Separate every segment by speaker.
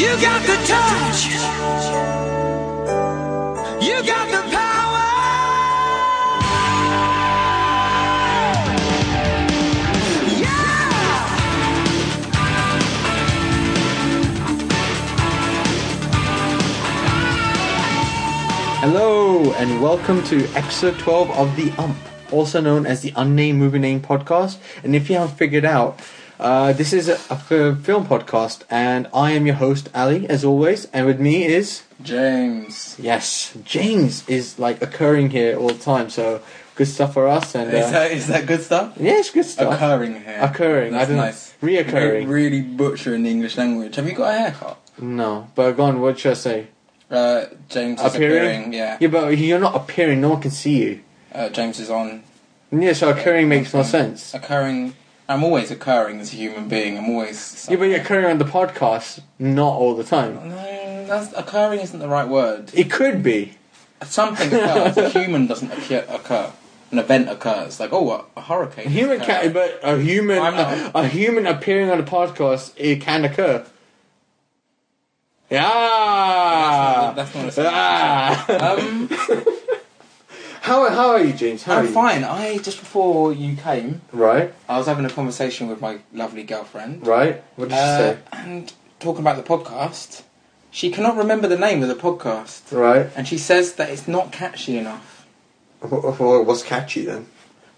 Speaker 1: You got the touch. You got the power. Yeah.
Speaker 2: Hello and welcome to episode 12 of The Ump, also known as the Unnamed Movie Name Podcast. And if you haven't figured out, uh, this is a, a f- film podcast, and I am your host, Ali, as always. And with me is,
Speaker 3: James.
Speaker 2: yes, James is like occurring here all the time, so good stuff for us. And
Speaker 3: Is
Speaker 2: uh,
Speaker 3: that is that good stuff?
Speaker 2: yeah, it's good stuff.
Speaker 3: Occurring hair.
Speaker 2: Occurring, I
Speaker 3: That's
Speaker 2: don't-
Speaker 3: nice.
Speaker 2: reoccurring.
Speaker 3: You're really butchering the English language. Have you got a haircut?
Speaker 2: no, but go on, what should I say?
Speaker 3: Uh, James is
Speaker 2: Appearing?
Speaker 3: appearing. Yeah.
Speaker 2: Yeah, but you're not appearing, no one can see you.
Speaker 3: Uh, James is on.
Speaker 2: Yeah, so occurring makes no sense.
Speaker 3: Occurring. I'm always occurring as a human being. I'm always.
Speaker 2: Yeah, but you're occurring on the podcast, not all the time.
Speaker 3: No, that's, occurring isn't the right word.
Speaker 2: It could be.
Speaker 3: Something occurs. a human doesn't occur, occur. An event occurs. Like, oh, a, a hurricane.
Speaker 2: A human
Speaker 3: occurred.
Speaker 2: can, but a human,
Speaker 3: I'm
Speaker 2: a,
Speaker 3: not.
Speaker 2: a human appearing on a podcast, it can occur. Yeah.
Speaker 3: Uh, That's not- that's not a
Speaker 2: ah.
Speaker 3: Um,
Speaker 2: How how are you, James? How are
Speaker 3: I'm
Speaker 2: you?
Speaker 3: fine. I just before you came,
Speaker 2: Right,
Speaker 3: I was having a conversation with my lovely girlfriend.
Speaker 2: right. What did
Speaker 3: Uh,
Speaker 2: you
Speaker 3: and talking about the podcast, she cannot remember the name of the podcast,
Speaker 2: say? Right.
Speaker 3: and she says that it's not catchy enough.
Speaker 2: Wh- wh- What's catchy then?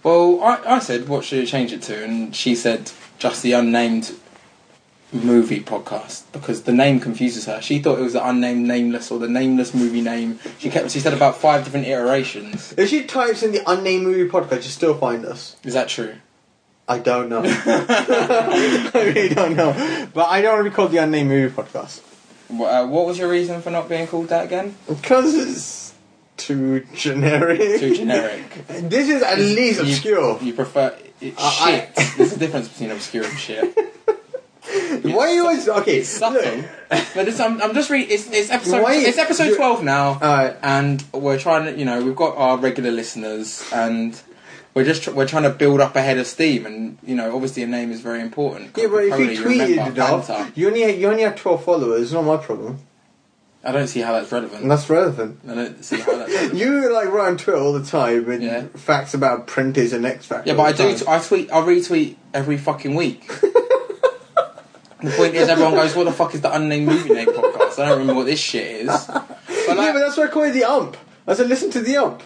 Speaker 3: Well, I, I said, what should I change it to? And she said, just the unnamed movie podcast because the name confuses her. She thought it was the unnamed nameless or the nameless movie name. She kept. She said about five different iterations.
Speaker 2: If she types in the unnamed movie podcast, you still find us.
Speaker 3: Is that true?
Speaker 2: I don't know. I really don't know. But I don't want to be called the unnamed movie podcast
Speaker 3: Wh- Uh, what was your reason for not being called that again?
Speaker 2: because it's too generic.
Speaker 3: Too generic.
Speaker 2: This is at least
Speaker 3: You-
Speaker 2: obscure.
Speaker 3: You prefer it,
Speaker 2: Uh, I-
Speaker 3: shit. There's a difference between obscure and shit.
Speaker 2: Why are you always okay?
Speaker 3: It's subtle. but it's, I'm, I'm just reading. It's, it's episode.
Speaker 2: Why-
Speaker 3: it's episode
Speaker 2: you-
Speaker 3: twelve now,
Speaker 2: Alright.
Speaker 3: and we're trying to. You know, we've got our regular listeners, and we're just tr- we're trying to build up ahead of steam. And you know, obviously, a name is very important.
Speaker 2: Yeah, but if
Speaker 3: Probably
Speaker 2: you tweeted
Speaker 3: remember
Speaker 2: it up,
Speaker 3: banter.
Speaker 2: you only you only have twelve followers. It's not my problem.
Speaker 3: I don't see how that's relevant.
Speaker 2: And that's relevant.
Speaker 3: I don't see how that's. relevant.
Speaker 2: You like write on Twitter all the time with
Speaker 3: Yeah.
Speaker 2: facts about printers and X Factor.
Speaker 3: Yeah, but I do. T- I tweet. I retweet every fucking week. the point is, everyone goes, "What the fuck is the unnamed movie name podcast?" I don't remember what this shit is. But
Speaker 2: yeah,
Speaker 3: like,
Speaker 2: but that's why I call it the ump. I said, listen to the ump.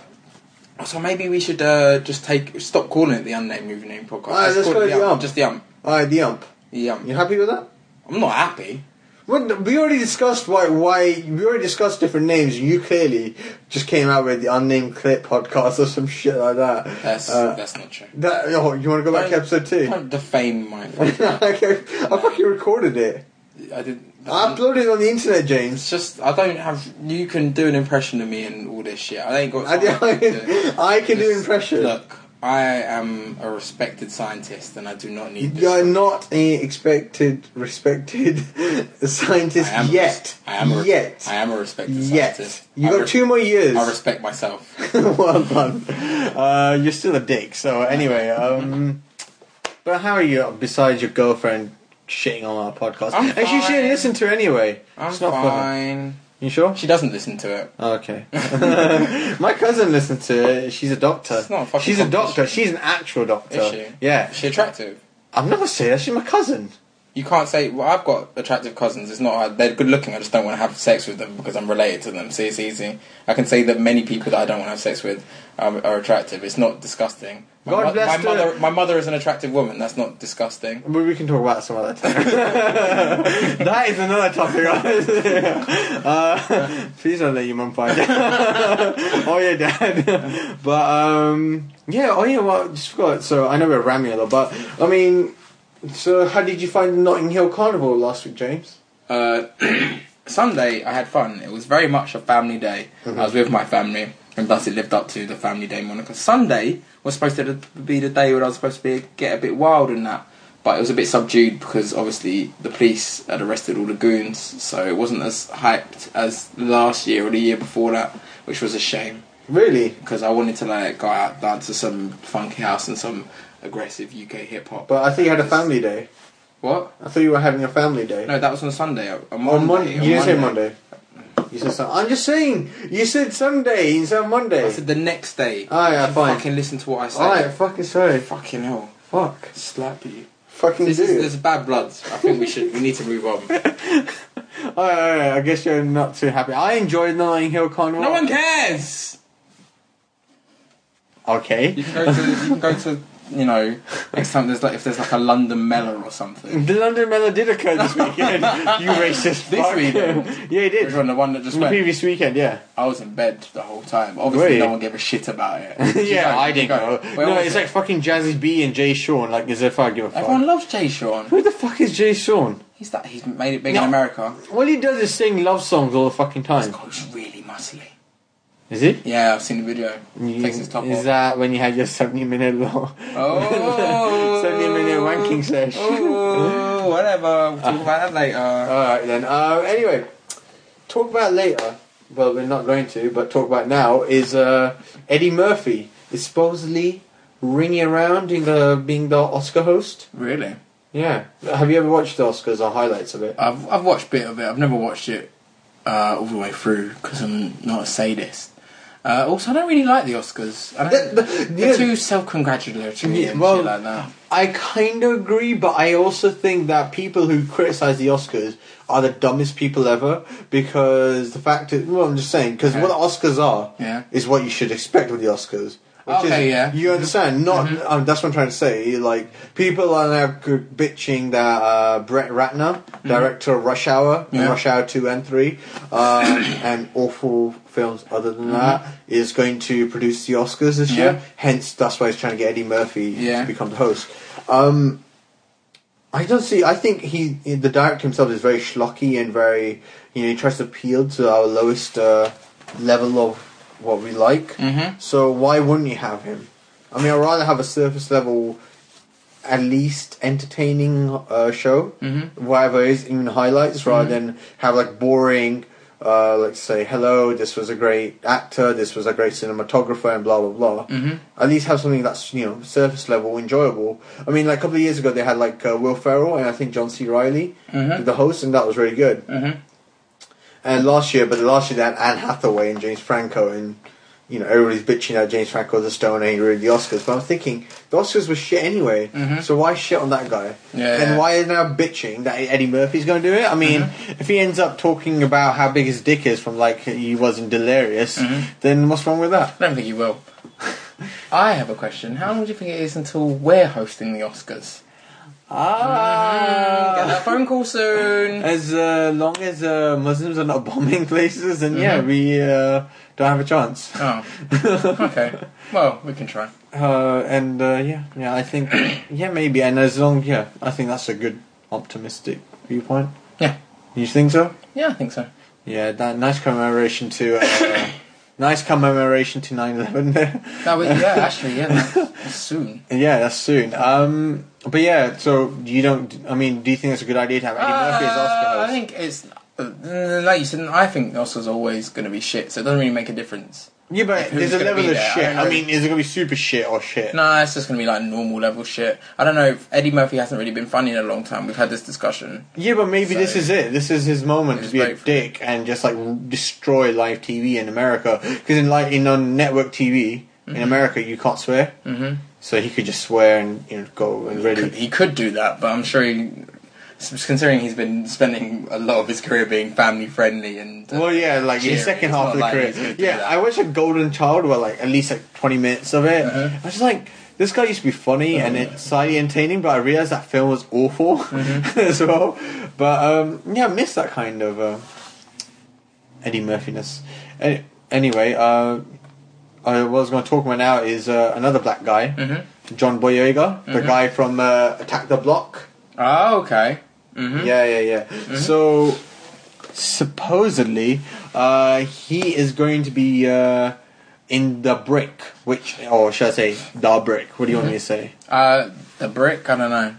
Speaker 3: So maybe we should uh, just take stop calling it the unnamed movie name podcast.
Speaker 2: Alright, let's call it the ump.
Speaker 3: Just the ump.
Speaker 2: All right, the ump.
Speaker 3: The ump.
Speaker 2: You happy with that?
Speaker 3: I'm not happy.
Speaker 2: What, we already discussed why why we already discussed different names. and You clearly just came out with the unnamed clip podcast or some shit like that.
Speaker 3: That's
Speaker 2: Uh,
Speaker 3: that's not true.
Speaker 2: that oh, you want to go back to
Speaker 3: Don't-
Speaker 2: episode two?
Speaker 3: Don't defame my.
Speaker 2: okay, I fucking recorded it.
Speaker 3: I didn't.
Speaker 2: I uploaded it on the internet,
Speaker 3: it's
Speaker 2: James.
Speaker 3: just I don't have. You can do an impression of me and all this shit. I ain't got.
Speaker 2: I,
Speaker 3: time to do
Speaker 2: do-
Speaker 3: it.
Speaker 2: I can do
Speaker 3: Just
Speaker 2: impression.
Speaker 3: Look, I am a respected scientist, and I do not need. This
Speaker 2: You're not a expected, respected
Speaker 3: I
Speaker 2: scientist
Speaker 3: am a res-
Speaker 2: yet.
Speaker 3: I am a,
Speaker 2: yet.
Speaker 3: I am a respected
Speaker 2: yet.
Speaker 3: scientist.
Speaker 2: You
Speaker 3: I
Speaker 2: got
Speaker 3: res-
Speaker 2: two more years.
Speaker 3: I respect myself.
Speaker 2: well done. Uh, you're still a dick. So anyway, um, but how are you? Besides your girlfriend shitting on our podcast,
Speaker 3: I'm
Speaker 2: and she shouldn't
Speaker 3: fine.
Speaker 2: listen to it anyway.
Speaker 3: I'm
Speaker 2: it's not for her.
Speaker 3: fine.
Speaker 2: You sure?
Speaker 3: She doesn't listen to it.
Speaker 2: Oh, Okay. My cousin listens to it. She's a doctor.
Speaker 3: It's not a fucking
Speaker 2: she's a doctor.
Speaker 3: competition.
Speaker 2: She's an actual doctor.
Speaker 3: Is she?
Speaker 2: Yeah.
Speaker 3: Is she attractive?
Speaker 2: I'm not gonna say that. She's my cousin.
Speaker 3: You can't say, well, I've got attractive cousins. It's not, uh, they're good looking. I just don't want to have sex with them because I'm related to them. See, it's easy. I can say that many people that I don't want to have sex with are, are attractive. It's not disgusting. My,
Speaker 2: God bless
Speaker 3: my
Speaker 2: the-
Speaker 3: mother. My mother is an attractive woman. That's not disgusting.
Speaker 2: But we can talk about it some other time. that is another topic. right? uh, please don't let your mum find out. oh yeah, dad. but um, yeah. Oh yeah. Well, just forgot. So I know we're ramming a lot, but I mean, so how did you find the Notting Hill Carnival last week, James?
Speaker 3: Uh, Sunday, I had fun. It was very much a family day.
Speaker 2: Mm-hmm.
Speaker 3: I was with my family, and thus it lived up to the family day moniker. Sunday was supposed to be the day where I was supposed to be get a bit wild and that, but it was a bit subdued because obviously the police had arrested all the goons, so it wasn't as hyped as last year or the year before that, which was a shame
Speaker 2: Really?
Speaker 3: because I wanted to like go out dance to some funky house and some aggressive UK hip hop.
Speaker 2: But I think you had a family day.
Speaker 3: What?
Speaker 2: I thought you were having a family day.
Speaker 3: No, that was on Sunday. On Monday.
Speaker 2: on Monday.
Speaker 3: on
Speaker 2: You didn't say Monday. You said Sun- I'm just saying. You said Sunday. You said Monday.
Speaker 3: I said the next day.
Speaker 2: Oh, yeah,
Speaker 3: You
Speaker 2: fine.
Speaker 3: Fucking listen to what I said.
Speaker 2: Alright, fucking sorry.
Speaker 3: Fucking hell.
Speaker 2: Fuck.
Speaker 3: Slap you.
Speaker 2: Fucking
Speaker 3: This
Speaker 2: do.
Speaker 3: is, this is bad bloods. I think we should. We need to move on.
Speaker 2: Alright, alright, I guess you're not too happy. I enjoyed the Notting Hill Carnival.
Speaker 3: No one cares. You
Speaker 2: Okay.
Speaker 3: can go to. You can go to. You know, next time there's like if there's like a London Mellor or something.
Speaker 2: The London Mellow did occur this weekend. you racist
Speaker 3: This
Speaker 2: fuck.
Speaker 3: weekend?
Speaker 2: yeah, it did.
Speaker 3: Which one? The one that just
Speaker 2: The
Speaker 3: went.
Speaker 2: previous weekend, yeah.
Speaker 3: I was in bed the whole time. Obviously,
Speaker 2: Mm. Really?
Speaker 3: no one gave a shit about it.
Speaker 2: yeah,
Speaker 3: Go,
Speaker 2: I didn't
Speaker 3: go.
Speaker 2: go.
Speaker 3: Where
Speaker 2: No,
Speaker 3: was
Speaker 2: it's
Speaker 3: it?
Speaker 2: like fucking Jazzy B and Jay Sean. Like, as if I give a fuck.
Speaker 3: everyone loves Jay Sean.
Speaker 2: Who the fuck is Jay Sean?
Speaker 3: He's that. He's made it big
Speaker 2: No.
Speaker 3: in America.
Speaker 2: All he does is sing love songs all the fucking time.
Speaker 3: God, it's really muscly.
Speaker 2: Is he?
Speaker 3: Yeah, I've seen the video. Takes his top
Speaker 2: is
Speaker 3: off.
Speaker 2: that when you had your 70 minute long?
Speaker 3: Oh.
Speaker 2: 70 minute wanking sesh.
Speaker 3: Oh, whatever. We'll talk about that later.
Speaker 2: Alright then. Uh, anyway, talk about later. Well, we're not going to, but talk about now is uh, Eddie Murphy is supposedly ringing around in the being the Oscar host.
Speaker 3: Really?
Speaker 2: Yeah. Have you ever watched the Oscars or highlights of it?
Speaker 3: I've I've watched bit of it. I've never watched it uh, all the way through because I'm not a sadist. Uh, also, I don't really like the Oscars. I don't,
Speaker 2: The- the-
Speaker 3: they're
Speaker 2: yeah.
Speaker 3: too self-congratulatory
Speaker 2: Yeah,
Speaker 3: and
Speaker 2: well-
Speaker 3: shit like that.
Speaker 2: I kind of agree, but I also think that people who criticize the Oscars are the dumbest people ever because the fact is, well, I'm just saying, because what the Oscars are
Speaker 3: Yeah.
Speaker 2: is what you should expect with the Oscars. Which
Speaker 3: Okay,
Speaker 2: is,
Speaker 3: yeah. Mm-hmm.
Speaker 2: You understand? Not um, that's what I'm trying to say. Like people are now g- bitching that uh, Brett Ratner, director of Rush Hour, and
Speaker 3: Mm-hmm. Yeah.
Speaker 2: Rush Hour two and three, um, and awful films other than that, is going to produce the Oscars this
Speaker 3: Mm-hmm. Yeah.
Speaker 2: year. Hence, that's why he's trying to get Eddie Murphy
Speaker 3: Yeah.
Speaker 2: to become the host. Um, I don't see. I think he, the director himself, is very schlocky and very, you know, he tries to appeal to our lowest uh, level of what we like.
Speaker 3: Mhm.
Speaker 2: So why wouldn't you have him? I mean, I'd rather have a surface level, at least entertaining uh, show, mm-hmm. whatever it is, even highlights, rather than have like boring. Uh, let's say hello. This was a great actor. This was a great cinematographer, and blah blah blah. Mm-hmm. At least have something that's you know surface level, enjoyable. I mean, like a couple of years ago, they had like uh, Will Ferrell and I think John C. Riley, the host, and that was really good.
Speaker 3: Mhm.
Speaker 2: And Uh, last year, but last year they had Anne Hathaway and James Franco, and you know everybody's bitching out James Franco the Stone Age ruined the Oscars. But I'm thinking the Oscars were shit anyway, so why shit on that guy?
Speaker 3: Yeah,
Speaker 2: and
Speaker 3: yeah.
Speaker 2: why are they now bitching that Eddie Murphy's going to do it? I mean, if he ends up talking about how big his dick is from like he was in Delirious, then what's wrong with that?
Speaker 3: I don't think you will. I have a question. How long do you think it is until we're hosting the Oscars? Get
Speaker 2: Ah.
Speaker 3: that phone call soon.
Speaker 2: As uh, long as uh, Muslims are not bombing places, then yeah,
Speaker 3: Mhm.
Speaker 2: we uh, don't have a chance.
Speaker 3: Oh, okay. Well, we can try.
Speaker 2: Uh, and uh, yeah, yeah, I think yeah, maybe. And as long, yeah, I think that's a good optimistic viewpoint.
Speaker 3: Yeah.
Speaker 2: You think so?
Speaker 3: Yeah, I think so.
Speaker 2: Yeah, that nice commemoration to uh, nice commemoration to 9-11 there.
Speaker 3: That was, yeah, actually, yeah, that's soon.
Speaker 2: yeah, that's soon. Um, but yeah, so you don't. I mean, do you think that's a good idea to have Eddie Murphy as Oscar
Speaker 3: Uh,
Speaker 2: host?
Speaker 3: I think it's uh, like you said. I think the Oscars always going to be shit, so it doesn't really make a difference.
Speaker 2: yeah, but
Speaker 3: who's
Speaker 2: there's a
Speaker 3: gonna
Speaker 2: level
Speaker 3: be
Speaker 2: of
Speaker 3: there? I
Speaker 2: shit.
Speaker 3: don't
Speaker 2: I,
Speaker 3: know.
Speaker 2: mean, is it gonna be super shit or shit?
Speaker 3: No, it's just going to be like normal level shit. I don't know. if Eddie Murphy hasn't really been funny in a long time. We've had this discussion.
Speaker 2: Yeah, but maybe this
Speaker 3: So-
Speaker 2: is it. This is his moment to
Speaker 3: It's
Speaker 2: be a
Speaker 3: great for
Speaker 2: dick and just like destroy live TV in America. Because in like in on network TV in America, you can't swear, mm-hmm. so he could just swear and you know go and
Speaker 3: He could,
Speaker 2: really.
Speaker 3: he could do that, but I'm sure he. Considering he's been spending a lot of his career being family friendly and uh,
Speaker 2: Well, yeah, like
Speaker 3: cheery,
Speaker 2: his second
Speaker 3: it's
Speaker 2: half
Speaker 3: not
Speaker 2: of the
Speaker 3: like he's
Speaker 2: career.
Speaker 3: gonna do
Speaker 2: Yeah,
Speaker 3: that.
Speaker 2: I wish a Golden Child were like at least like twenty minutes of it.
Speaker 3: Uh-huh.
Speaker 2: I was just like. This guy used to be funny and it's slightly entertaining, but I realized that film was awful
Speaker 3: Mm-hmm.
Speaker 2: as well. But um, yeah, I miss that kind of uh, Eddie Murphiness. Any- Anyway, uh, I was going to talk about now is uh, another black guy,
Speaker 3: Mm-hmm.
Speaker 2: John Boyega, the guy from uh, Attack the Block.
Speaker 3: Oh, okay. Mm-hmm.
Speaker 2: Yeah, yeah, yeah. So supposedly, uh, he is going to be uh, in the brick, which, or should I say, the brick? What do you want me to say?
Speaker 3: Uh, the brick. I don't know.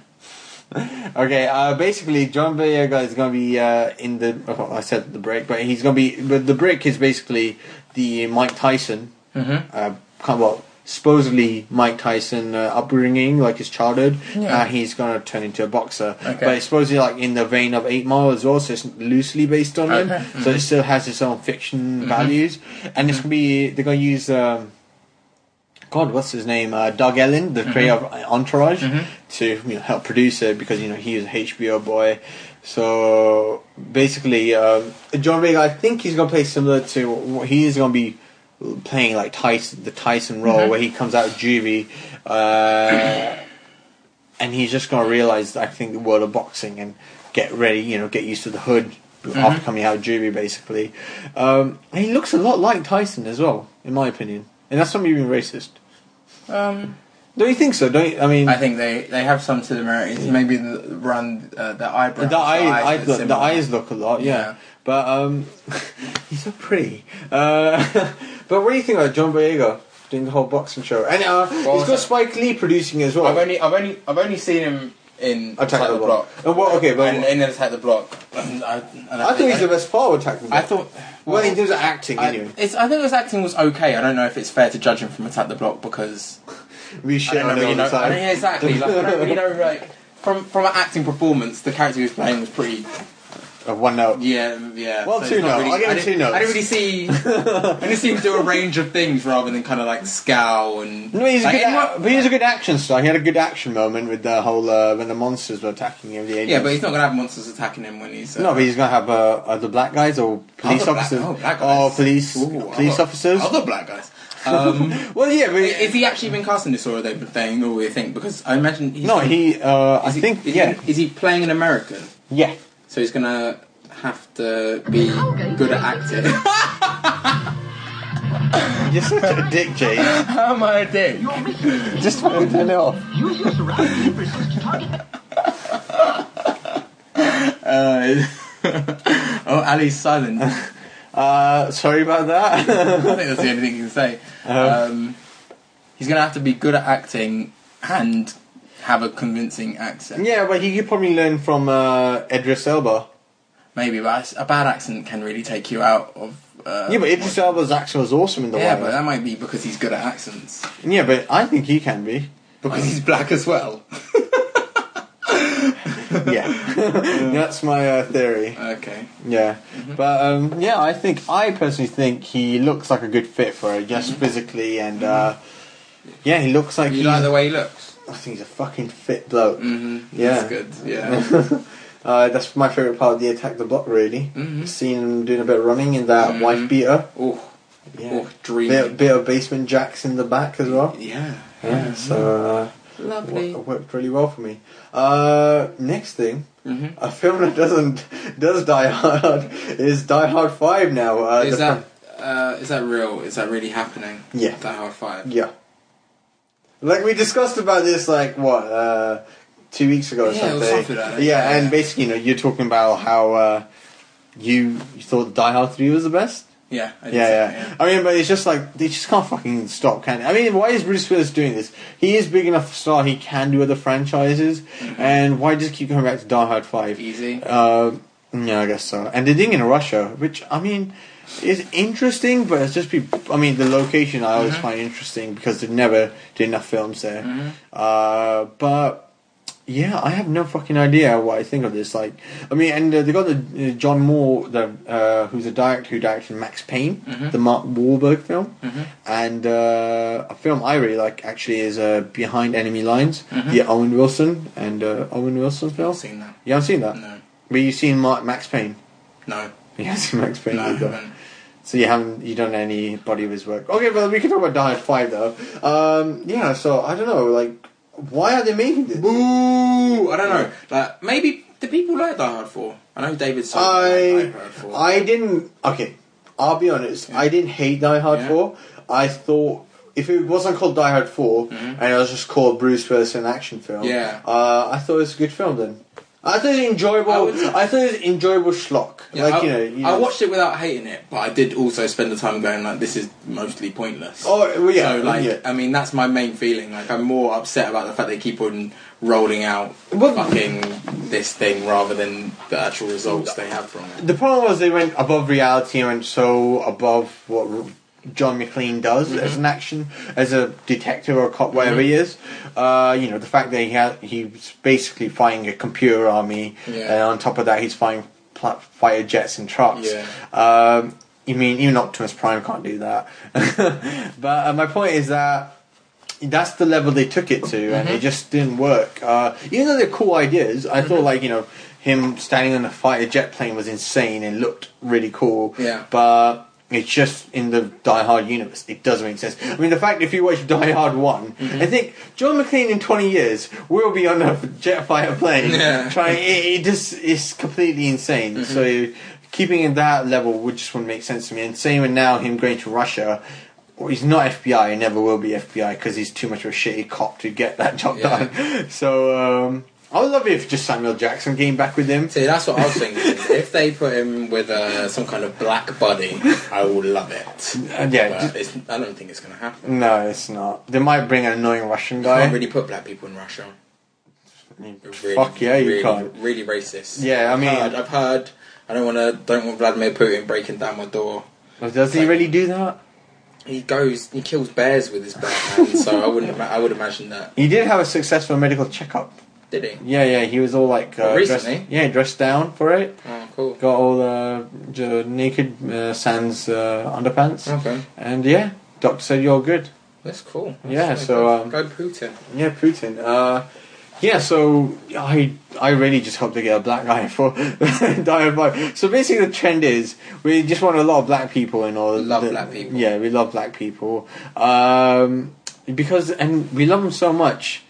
Speaker 3: Hmm.
Speaker 2: Okay, uh, basically, John Boyega is going to be uh, in the. Oh, I said the break, but he's going to be. But the break is basically the Mike Tyson. Mm-hmm. Uh, kind of what supposedly Mike Tyson uh, upbringing, like his childhood.
Speaker 3: Yeah.
Speaker 2: Uh, he's gonna turn into a boxer,
Speaker 3: Okay.
Speaker 2: but it's supposedly like in the vein of Eight Mile as well, so it's loosely based on him.
Speaker 3: Okay.
Speaker 2: So it still has its own fiction values, and it's gonna be they're gonna use. Um, God, what's his name? Uh, Doug Ellen, the creator of Entourage, to you know, help produce it because you know he is a HBO boy. So basically, um, John Vega, I think he's gonna play similar to he is gonna be playing like Tyson, the Tyson role where he comes out of juvie. Uh, and he's just gonna realize I think the world of boxing and get ready, you know, get used to the hood
Speaker 3: Mm-hmm.
Speaker 2: after coming out of juvie, basically. Um, and he looks a lot like Tyson as well, in my opinion, and that's not me being racist.
Speaker 3: Um,
Speaker 2: Don't you think so? Don't you, I mean?
Speaker 3: I think they, they have some similarities. Maybe the run uh, the eyebrows.
Speaker 2: the, eye, eye
Speaker 3: are
Speaker 2: look, the
Speaker 3: similar.
Speaker 2: eyes look a lot, yeah.
Speaker 3: Yeah.
Speaker 2: But um, he's so pretty. Uh, but what do you think about John Boyega doing the whole boxing show? And uh, he's
Speaker 3: was
Speaker 2: got
Speaker 3: it?
Speaker 2: Spike Lee producing as well.
Speaker 3: I've only I've only I've only seen him in
Speaker 2: Attack the Block. Oh, well, okay, but-
Speaker 3: and, and then Attack the Block. And I, and
Speaker 2: I think he's the best power attack.
Speaker 3: I thought.
Speaker 2: well, in terms of acting,
Speaker 3: I,
Speaker 2: anyway.
Speaker 3: it's, I think his acting was okay. I don't know if it's fair to judge him from Attack the Block because
Speaker 2: We
Speaker 3: I
Speaker 2: shit
Speaker 3: don't
Speaker 2: on
Speaker 3: know,
Speaker 2: him all
Speaker 3: really know.
Speaker 2: the
Speaker 3: I
Speaker 2: time.
Speaker 3: don't, yeah, exactly. Like, I don't really know. Like from from an acting performance, the character he was playing was pretty.
Speaker 2: Uh, one note.
Speaker 3: Yeah, yeah.
Speaker 2: Well,
Speaker 3: it's
Speaker 2: two
Speaker 3: not
Speaker 2: notes. I'll give
Speaker 3: I
Speaker 2: him
Speaker 3: didn't-
Speaker 2: two notes.
Speaker 3: I didn't really see. I didn't see him do a range of things rather than kind of like scowl and.
Speaker 2: No, he's a
Speaker 3: like,
Speaker 2: good,
Speaker 3: anyone-
Speaker 2: ac- but he's a good action star. He had a good action moment with the whole uh, when the monsters were attacking him. The
Speaker 3: yeah,
Speaker 2: aliens.
Speaker 3: but he's not gonna have monsters attacking him when he's. Uh,
Speaker 2: no, but he's gonna have uh, other black guys or police
Speaker 3: Other black-
Speaker 2: officers
Speaker 3: oh, black
Speaker 2: or
Speaker 3: guys.
Speaker 2: police
Speaker 3: Ooh,
Speaker 2: police
Speaker 3: other-
Speaker 2: officers.
Speaker 3: Other black guys. Um,
Speaker 2: Well, yeah, but
Speaker 3: Is he actually been casting this, or are they playing all we think? Because I imagine he's
Speaker 2: no, he. Uh, I
Speaker 3: Is he-
Speaker 2: think
Speaker 3: is
Speaker 2: yeah,
Speaker 3: He, is he playing an American?
Speaker 2: yeah.
Speaker 3: So he's gonna have to be good at acting.
Speaker 2: You're such a dick, Jay.
Speaker 3: How am I a dick?
Speaker 2: Just fucking turn it off.
Speaker 4: Use your surrounding universes to target
Speaker 3: Uh, oh, Ali's silent. I
Speaker 2: Uh, sorry about that.
Speaker 3: think that's the only thing you can say.
Speaker 2: Uh-huh.
Speaker 3: Um, he's gonna have to be good at acting and have a convincing accent.
Speaker 2: yeah, but he could probably learn from uh, Idris Elba.
Speaker 3: Maybe, but a bad accent can really take you out of. Uh,
Speaker 2: Yeah, but Idris Elba's action was awesome in the
Speaker 3: yeah,
Speaker 2: Wire.
Speaker 3: but that might be because he's good at accents.
Speaker 2: yeah, but I think he can be.
Speaker 3: Because he's black as well.
Speaker 2: Yeah, that's my uh, theory.
Speaker 3: Okay.
Speaker 2: Yeah,
Speaker 3: Mm-hmm.
Speaker 2: but um, yeah, I think I personally think he looks like a good fit for it, just physically and uh, yeah, he looks like
Speaker 3: Mm-hmm. You
Speaker 2: he's,
Speaker 3: like the way he looks?
Speaker 2: I think he's a fucking fit bloke.
Speaker 3: Mm-hmm.
Speaker 2: Yeah.
Speaker 3: That's good, yeah.
Speaker 2: Uh, that's my favorite part of the attack the block. Really,
Speaker 3: Mhm.
Speaker 2: seeing him doing a bit of running in that wife beater.
Speaker 3: Mm-hmm. oh,
Speaker 2: Yeah,
Speaker 3: oh, dreaming.
Speaker 2: bit, bit of basement jacks in the back as well.
Speaker 3: Yeah.
Speaker 2: Yeah, so uh,
Speaker 3: Lovely.
Speaker 2: wo- worked really well for me. Uh, next thing.
Speaker 3: Mm-hmm.
Speaker 2: A film that doesn't does Die Hard is Die Hard Five now. Uh,
Speaker 3: Is
Speaker 2: the
Speaker 3: that uh, is that real? Is that really happening?
Speaker 2: Yeah.
Speaker 3: Die Hard Five.
Speaker 2: Yeah. Like we discussed about this, like what uh, two weeks ago
Speaker 3: Yeah,
Speaker 2: or
Speaker 3: it
Speaker 2: something.
Speaker 3: was something like that.
Speaker 2: yeah, and basically, you know, you're talking about how uh, you you thought Die Hard Three was the best.
Speaker 3: Yeah. I did
Speaker 2: Yeah,
Speaker 3: say
Speaker 2: yeah,
Speaker 3: that,
Speaker 2: I mean, but it's just like they just can't fucking stop, can they? I mean, why is Bruce Willis doing this? He is big enough star; he can do other franchises,
Speaker 3: Mm-hmm.
Speaker 2: and why just keep going back to Die Hard Five?
Speaker 3: Easy.
Speaker 2: Uh, yeah, I guess so. And the thing in Russia, which I mean, is interesting, but it's just be. I mean, the location I always find interesting because they've never did enough films there.
Speaker 3: Mm-hmm.
Speaker 2: Uh, but yeah, I have no fucking idea what I think of this. Like, I mean, and uh, they got the uh, John Moore, the uh, who's a director who directed Max Payne, the Mark Wahlberg film, and uh, a film I really like actually is uh, Behind Enemy Lines, the Owen Wilson and uh, Owen Wilson film.
Speaker 3: I've seen that.
Speaker 2: You haven't seen that?
Speaker 3: No.
Speaker 2: But you've seen Mark, Max Payne.
Speaker 3: No.
Speaker 2: You haven't seen Max Payne
Speaker 3: No. I
Speaker 2: either.
Speaker 3: haven't.
Speaker 2: So you haven't you don't know any body of his work. Okay, well we can talk about Die Hard Five though. Um, yeah, so I don't know, like why are they making this?
Speaker 3: Boo! I don't know. Like maybe the people like Die Hard Four. I know David. Simon
Speaker 2: I
Speaker 3: liked Die Hard Four.
Speaker 2: I didn't okay, I'll be honest, I didn't hate Die Hard
Speaker 3: Yeah.
Speaker 2: Four. I thought if it wasn't called Die Hard 4 and it was just called Bruce Willis in an action film,
Speaker 3: Mm-hmm. Yeah.
Speaker 2: uh, I thought it was a good film then. I thought it was enjoyable.
Speaker 3: I
Speaker 2: I,
Speaker 3: would-
Speaker 2: thought it was enjoyable schlock.
Speaker 3: Yeah,
Speaker 2: like
Speaker 3: I,
Speaker 2: you know, you
Speaker 3: I
Speaker 2: know.
Speaker 3: watched it without hating it, but I did also spend the time going like, "This is mostly pointless."
Speaker 2: Oh, well, yeah,
Speaker 3: So like,
Speaker 2: yeah.
Speaker 3: I mean, that's my main feeling. Like, I'm more upset about the fact they keep on rolling out
Speaker 2: Well-
Speaker 3: fucking this thing rather than the actual results they have from it.
Speaker 2: The problem was they went above reality and went so above what r- John McLean does
Speaker 3: Mm-hmm.
Speaker 2: as an action, as a detective or cop, whatever he is. Uh, you know, the fact that he had, he's basically fighting a computer army,
Speaker 3: Yeah.
Speaker 2: and on top of that, he's fighting pl- fighter jets and trucks.
Speaker 3: Yeah.
Speaker 2: Um, you mean even Optimus Prime can't do that? but uh, my point is that that's the level they took it to, and
Speaker 3: Mm-hmm.
Speaker 2: it just didn't work. Uh, even though they're cool ideas, I
Speaker 3: Mm-hmm.
Speaker 2: thought like you know him standing on a fighter jet plane was insane and looked really cool.
Speaker 3: Yeah.
Speaker 2: but. It's just in the Die Hard universe. It doesn't make sense. I mean, the fact if you watch Die Hard one,
Speaker 3: Mm-hmm.
Speaker 2: I think John McClane in twenty years will be on a jet fighter plane
Speaker 3: Yeah.
Speaker 2: trying. It, it just it's completely insane.
Speaker 3: Mm-hmm.
Speaker 2: So keeping in that level would just wouldn't make sense to me. And same with now him going to Russia. Well, he's not FBI. He never will be FBI because he's too much of a shitty cop to get that job
Speaker 3: Yeah.
Speaker 2: done. So um, I would love it if just Samuel Jackson came back with him.
Speaker 3: See, that's what I was thinking. if they put him with uh, some kind of black buddy, I would love it.
Speaker 2: Uh, yeah,
Speaker 3: But
Speaker 2: just-
Speaker 3: it's, I don't think it's going to happen.
Speaker 2: no, it's not. They might bring an annoying Russian
Speaker 3: You
Speaker 2: guy.
Speaker 3: can't really put black people in Russia. Really,
Speaker 2: Fuck yeah, you
Speaker 3: really,
Speaker 2: can't.
Speaker 3: Really racist.
Speaker 2: Yeah, I
Speaker 3: I've
Speaker 2: mean-
Speaker 3: heard- I've heard. I don't want to. Don't want Vladimir Putin breaking down my door.
Speaker 2: Does he really do that?
Speaker 3: He goes. He kills bears with his bare hands. so I wouldn't. ima- I would imagine that.
Speaker 2: He did have a successful medical checkup.
Speaker 3: Did he?
Speaker 2: Yeah, yeah, he was all like uh,
Speaker 3: Recently?
Speaker 2: Dressed, yeah, dressed down for it.
Speaker 3: Oh, cool.
Speaker 2: Got all the, the naked uh, sans uh, underpants,
Speaker 3: Okay,
Speaker 2: and yeah, doctor said you're good.
Speaker 3: that's cool. That's
Speaker 2: Yeah,
Speaker 3: really good.
Speaker 2: so, um,
Speaker 3: go Putin.
Speaker 2: Yeah, Putin. Uh, yeah, so I I really just hope they get a black guy for Diamond Five. So basically, the trend is we just want a lot of black people in all.
Speaker 3: Love
Speaker 2: the-
Speaker 3: black people.
Speaker 2: Yeah, we love black people um, because and we love them so much,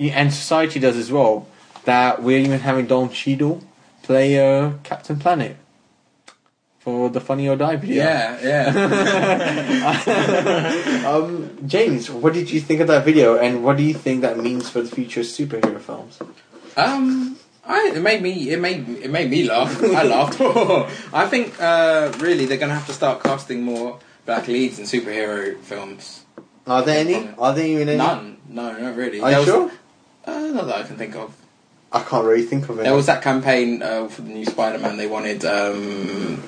Speaker 2: and society does as well. That we're even having Don Cheadle play uh, Captain Planet for the Funny or Die video.
Speaker 3: Yeah, yeah.
Speaker 2: Um, James, what did you think of that video, and what do you think that means for the future of superhero films?
Speaker 3: um, I, it made me. It made. It made me laugh. I laughed. I think uh, really they're gonna have to start casting more black leads in superhero films.
Speaker 2: Are there any? Are there even any?
Speaker 3: None. No, not really.
Speaker 2: Are
Speaker 3: There
Speaker 2: you
Speaker 3: was-
Speaker 2: sure?
Speaker 3: Uh, not that I can think of.
Speaker 2: I can't really think of it.
Speaker 3: There was that campaign uh, for the new Spider-Man. They wanted um,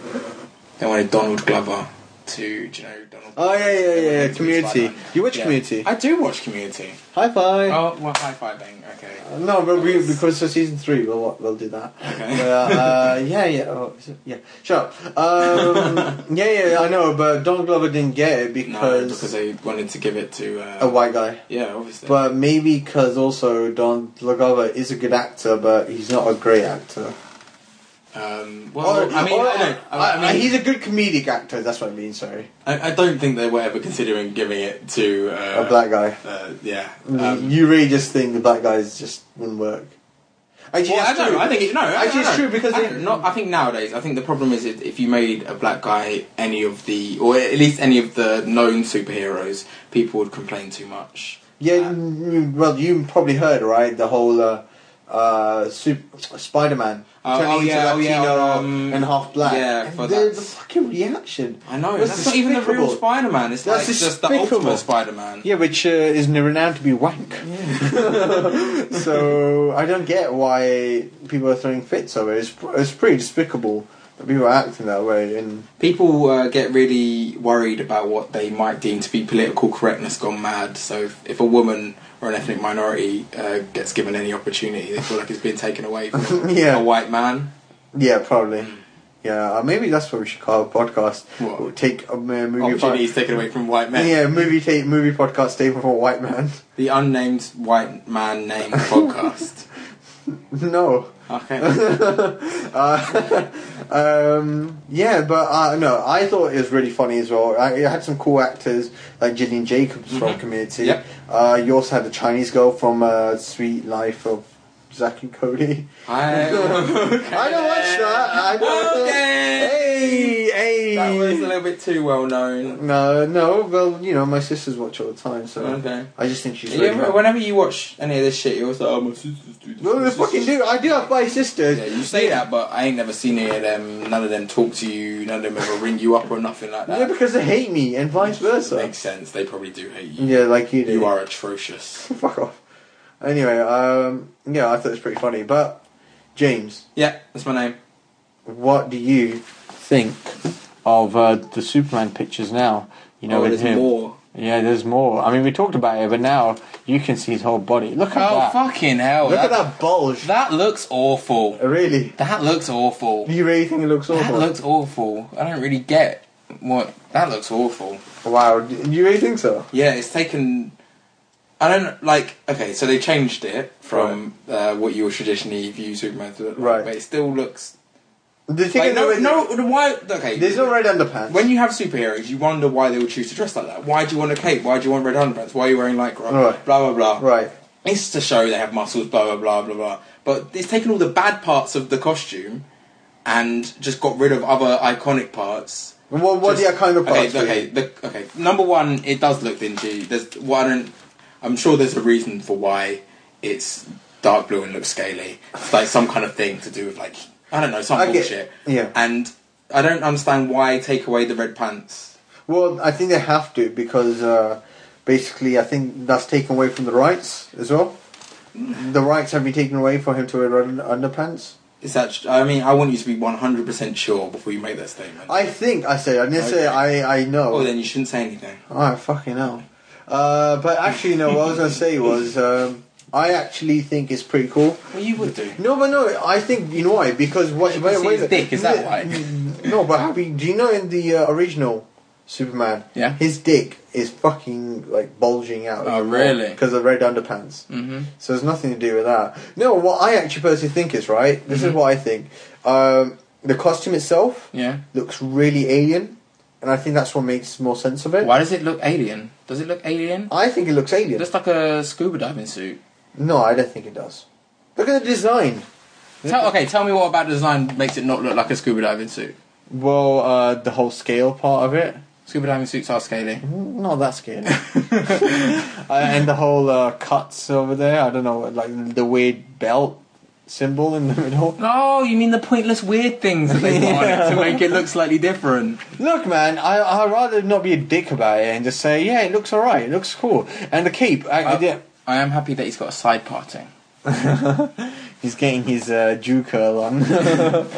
Speaker 3: they wanted Donald Glover to, do you know, Donald.
Speaker 2: oh yeah, yeah,
Speaker 3: they
Speaker 2: yeah.
Speaker 3: wanted
Speaker 2: yeah.
Speaker 3: him to be
Speaker 2: Community.
Speaker 3: Spider-Man.
Speaker 2: You watch
Speaker 3: Yeah.
Speaker 2: Community?
Speaker 3: I do watch Community. Uh,
Speaker 2: High five.
Speaker 3: Oh, well, high five, bang. Okay.
Speaker 2: No, but we, because for season three, we'll we'll do that.
Speaker 3: Okay.
Speaker 2: But, uh, yeah, yeah, oh, is it- yeah. Sure. Um, yeah, yeah, I know, but Donald Glover didn't get it
Speaker 3: No,
Speaker 2: because,
Speaker 3: because they wanted to give it to. Uh,
Speaker 2: a white guy.
Speaker 3: Yeah, obviously.
Speaker 2: But maybe because also Don Glover is a good actor, but he's not a great actor.
Speaker 3: um, well,
Speaker 2: Or-
Speaker 3: I mean,
Speaker 2: or-
Speaker 3: I, don't, I, I
Speaker 2: uh,
Speaker 3: mean,
Speaker 2: he's a good comedic actor. That's what I mean. Sorry,
Speaker 3: I, I don't think they were ever considering giving it to uh,
Speaker 2: a black Mm-hmm. guy.
Speaker 3: Uh, yeah. Um,
Speaker 2: you really just think the black guys just wouldn't work. Actually,
Speaker 3: Well, I
Speaker 2: that's
Speaker 3: don't.
Speaker 2: true.
Speaker 3: know. I think it, no. I-
Speaker 2: Actually,
Speaker 3: I don't
Speaker 2: it's
Speaker 3: know.
Speaker 2: true because
Speaker 3: I,
Speaker 2: they-
Speaker 3: don't- not. I think nowadays, I think the problem is if, if you made a black guy any of the, or at least any of the known superheroes, people would complain too much.
Speaker 2: yeah.
Speaker 3: Uh,
Speaker 2: mm, well, you probably heard right the whole uh, uh, Spider Man
Speaker 3: Oh,
Speaker 2: turning
Speaker 3: oh, yeah, oh,
Speaker 2: into
Speaker 3: yeah,
Speaker 2: Latino
Speaker 3: um,
Speaker 2: and half black.
Speaker 3: yeah,
Speaker 2: And
Speaker 3: for
Speaker 2: the,
Speaker 3: that.
Speaker 2: the fucking reaction.
Speaker 3: I know.
Speaker 2: was
Speaker 3: That's not even the real
Speaker 2: despicable.
Speaker 3: Spider-Man. It's
Speaker 2: That's
Speaker 3: like just the
Speaker 2: despicable.
Speaker 3: ultimate Spider-Man.
Speaker 2: Yeah, which uh, is renowned to be wank. so I don't get why people are throwing fits over it. It's, it's pretty despicable that people are acting that way. And
Speaker 3: People uh, get really worried about what they might deem to be political correctness gone mad. So if, if a woman or an ethnic minority uh, gets given any opportunity, they feel like it's been taken away from
Speaker 2: Yeah.
Speaker 3: a white man.
Speaker 2: yeah, probably. Yeah, uh, maybe that's what we should call a podcast.
Speaker 3: What?
Speaker 2: We'll take a uh, movie.
Speaker 3: Opportunities
Speaker 2: pod-
Speaker 3: taken away from white men.
Speaker 2: yeah, movie tape, movie podcast table for a white man.
Speaker 3: The unnamed white man name podcast.
Speaker 2: no.
Speaker 3: Okay.
Speaker 2: Uh, um, yeah, but uh, no, I thought it was really funny as well. I, it had some cool actors like Gillian Jacobs from Community.
Speaker 3: Mm-hmm. Yep.
Speaker 2: Uh, you also had the Chinese girl from uh, Sweet Life of Zack and Cody.
Speaker 3: I,
Speaker 2: I don't watch that. I don't.
Speaker 3: Okay.
Speaker 2: Hey, hey.
Speaker 3: That was a little bit too well known.
Speaker 2: no, no. Well, you know, my sisters watch all the time, so
Speaker 3: Okay.
Speaker 2: I just think she's.
Speaker 3: You
Speaker 2: really
Speaker 3: ever-
Speaker 2: hot.
Speaker 3: whenever you watch any of this shit, you're also oh my sisters do this.
Speaker 2: No,
Speaker 3: my
Speaker 2: they
Speaker 3: sisters
Speaker 2: fucking do. I do have five sisters.
Speaker 3: Yeah, you say that, but I ain't never seen any of them. None of them talk to you. None of them ever ring you up or nothing like that.
Speaker 2: Yeah, because they hate me and vice versa.
Speaker 3: makes sense. They probably do hate you.
Speaker 2: Yeah, like you do.
Speaker 3: You are atrocious.
Speaker 2: Fuck off. Anyway, um, yeah, I thought it was pretty funny. But James,
Speaker 3: Yeah, that's my name.
Speaker 2: what do you think of uh, the Superman pictures now. You
Speaker 3: oh,
Speaker 2: know, with
Speaker 3: there's
Speaker 2: him.
Speaker 3: more.
Speaker 2: Yeah, there's more. I mean, we talked about it, but now you can see his whole body. Look at
Speaker 3: Oh,
Speaker 2: that.
Speaker 3: fucking hell.
Speaker 2: Look
Speaker 3: that,
Speaker 2: at that bulge.
Speaker 3: That looks awful.
Speaker 2: really?
Speaker 3: That looks awful.
Speaker 2: You really think it looks
Speaker 3: That
Speaker 2: awful?
Speaker 3: looks awful. I don't really get what. That looks awful.
Speaker 2: wow. Do you really think so?
Speaker 3: Yeah, it's taken. I don't like. Okay, so they changed it from uh, what you would traditionally view Superman to look like,
Speaker 2: Right.
Speaker 3: but it still looks.
Speaker 2: The thing
Speaker 3: Like,
Speaker 2: is,
Speaker 3: no,
Speaker 2: already-
Speaker 3: no, why? Okay,
Speaker 2: there's no red underpants.
Speaker 3: when you have superheroes, you wonder why they would choose to dress like that. Why do you want a cape? Why do you want red underpants? Why are you wearing lycra?
Speaker 2: Right.
Speaker 3: Blah blah blah.
Speaker 2: right.
Speaker 3: It's to show they have muscles. Blah blah blah blah blah. But it's taken all the bad parts of the costume and just got rid of other iconic parts.
Speaker 2: What what
Speaker 3: Just-
Speaker 2: are the kind of parts?
Speaker 3: Okay, okay, the, okay. Number one, it does look dingy. There's well, I don't. I'm sure there's a reason for why it's dark blue and looks scaly. It's like some kind of thing to do with like I don't know some
Speaker 2: I get-
Speaker 3: bullshit.
Speaker 2: yeah.
Speaker 3: And I don't understand why take away the red pants.
Speaker 2: Well, I think they have to because uh, basically, I think that's taken away from the rights as well. The rights have been taken away for him to wear red underpants.
Speaker 3: Is that? I mean, I want you to be 100 percent sure before you make that statement.
Speaker 2: I think I say I didn't say
Speaker 3: Okay.
Speaker 2: I I know.
Speaker 3: oh, then you shouldn't say anything.
Speaker 2: Oh, fucking hell. Uh, but actually, no, what I was going to say was um, I actually think it's pretty cool.
Speaker 3: Well, you would do.
Speaker 2: No, but no, I think, you know why? Because what. Mm,
Speaker 3: You can see his dick, is that why?
Speaker 2: No, but happy. Do you know in the uh, original Superman?
Speaker 3: Yeah.
Speaker 2: His dick is fucking, like, bulging out.
Speaker 3: Oh, really?
Speaker 2: Because of red underpants.
Speaker 3: Mm-hmm.
Speaker 2: So there's nothing to do with that. No, what I actually personally think is, right? This
Speaker 3: Mm-hmm.
Speaker 2: is what I think. Um, the costume itself
Speaker 3: Yeah.
Speaker 2: looks really alien, and I think that's what makes more sense of it.
Speaker 3: Why does it look alien? Does it look alien?
Speaker 2: I think it looks alien.
Speaker 3: Just like a scuba diving suit.
Speaker 2: No, I don't think it does. Look at the design.
Speaker 3: Tell, okay, tell me what about design makes it not look like a scuba diving suit.
Speaker 2: Well, uh, the whole scale part of it.
Speaker 3: Scuba diving suits are scaly.
Speaker 2: Not that scale. uh, and the whole uh, cuts over there. I don't know, like the weird belt symbol in the middle.
Speaker 3: Oh, you mean the pointless weird things that they put on it to make it look slightly different?
Speaker 2: Look, man, I, I'd rather not be a dick about it and just say, yeah, it looks alright, it looks cool. And the cape, I, I
Speaker 3: Uh,
Speaker 2: did-
Speaker 3: I am happy that he's got a side parting.
Speaker 2: He's getting his uh, Jew curl on. but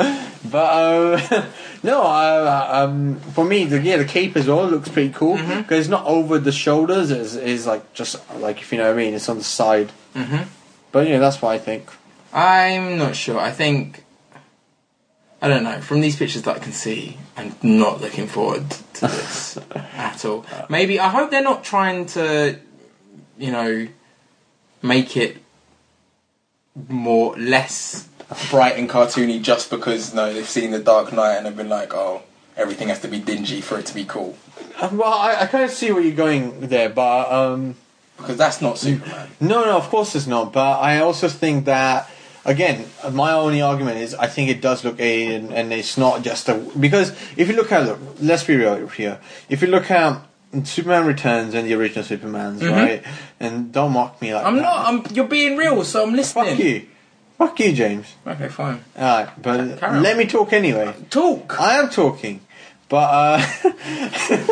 Speaker 2: uh, no, uh, um, for me, the, yeah, the cape as well looks pretty cool because it's not over the shoulders. It's, it's like just like if you know what I mean. It's on the side.
Speaker 3: Mhm.
Speaker 2: But yeah, that's what I think.
Speaker 3: I'm not sure. I think I don't know. From these pictures that I can see, I'm not looking forward to this at all. Maybe I hope they're not trying to, you know, make it more less bright and cartoony just because no, they've seen the Dark Knight and they've been like, oh, everything has to be dingy for it to be cool.
Speaker 2: Um, well, I, I kind of see where you're going there, but um,
Speaker 3: Because that's not Superman.
Speaker 2: no, no, of course it's not. But I also think that. Again, my only argument is I think it does look alien, and it's not just a because if you look at look, let's be real here. If you look at Superman Returns and the original Supermans, right? And don't mock me like
Speaker 3: Mm-hmm. I'm
Speaker 2: that.
Speaker 3: not. I'm. You're being real, so I'm listening.
Speaker 2: Fuck you. Fuck you, James.
Speaker 3: Okay, fine.
Speaker 2: Alright, but
Speaker 3: Carry on.
Speaker 2: let me talk anyway.
Speaker 3: Talk.
Speaker 2: I am talking. But uh,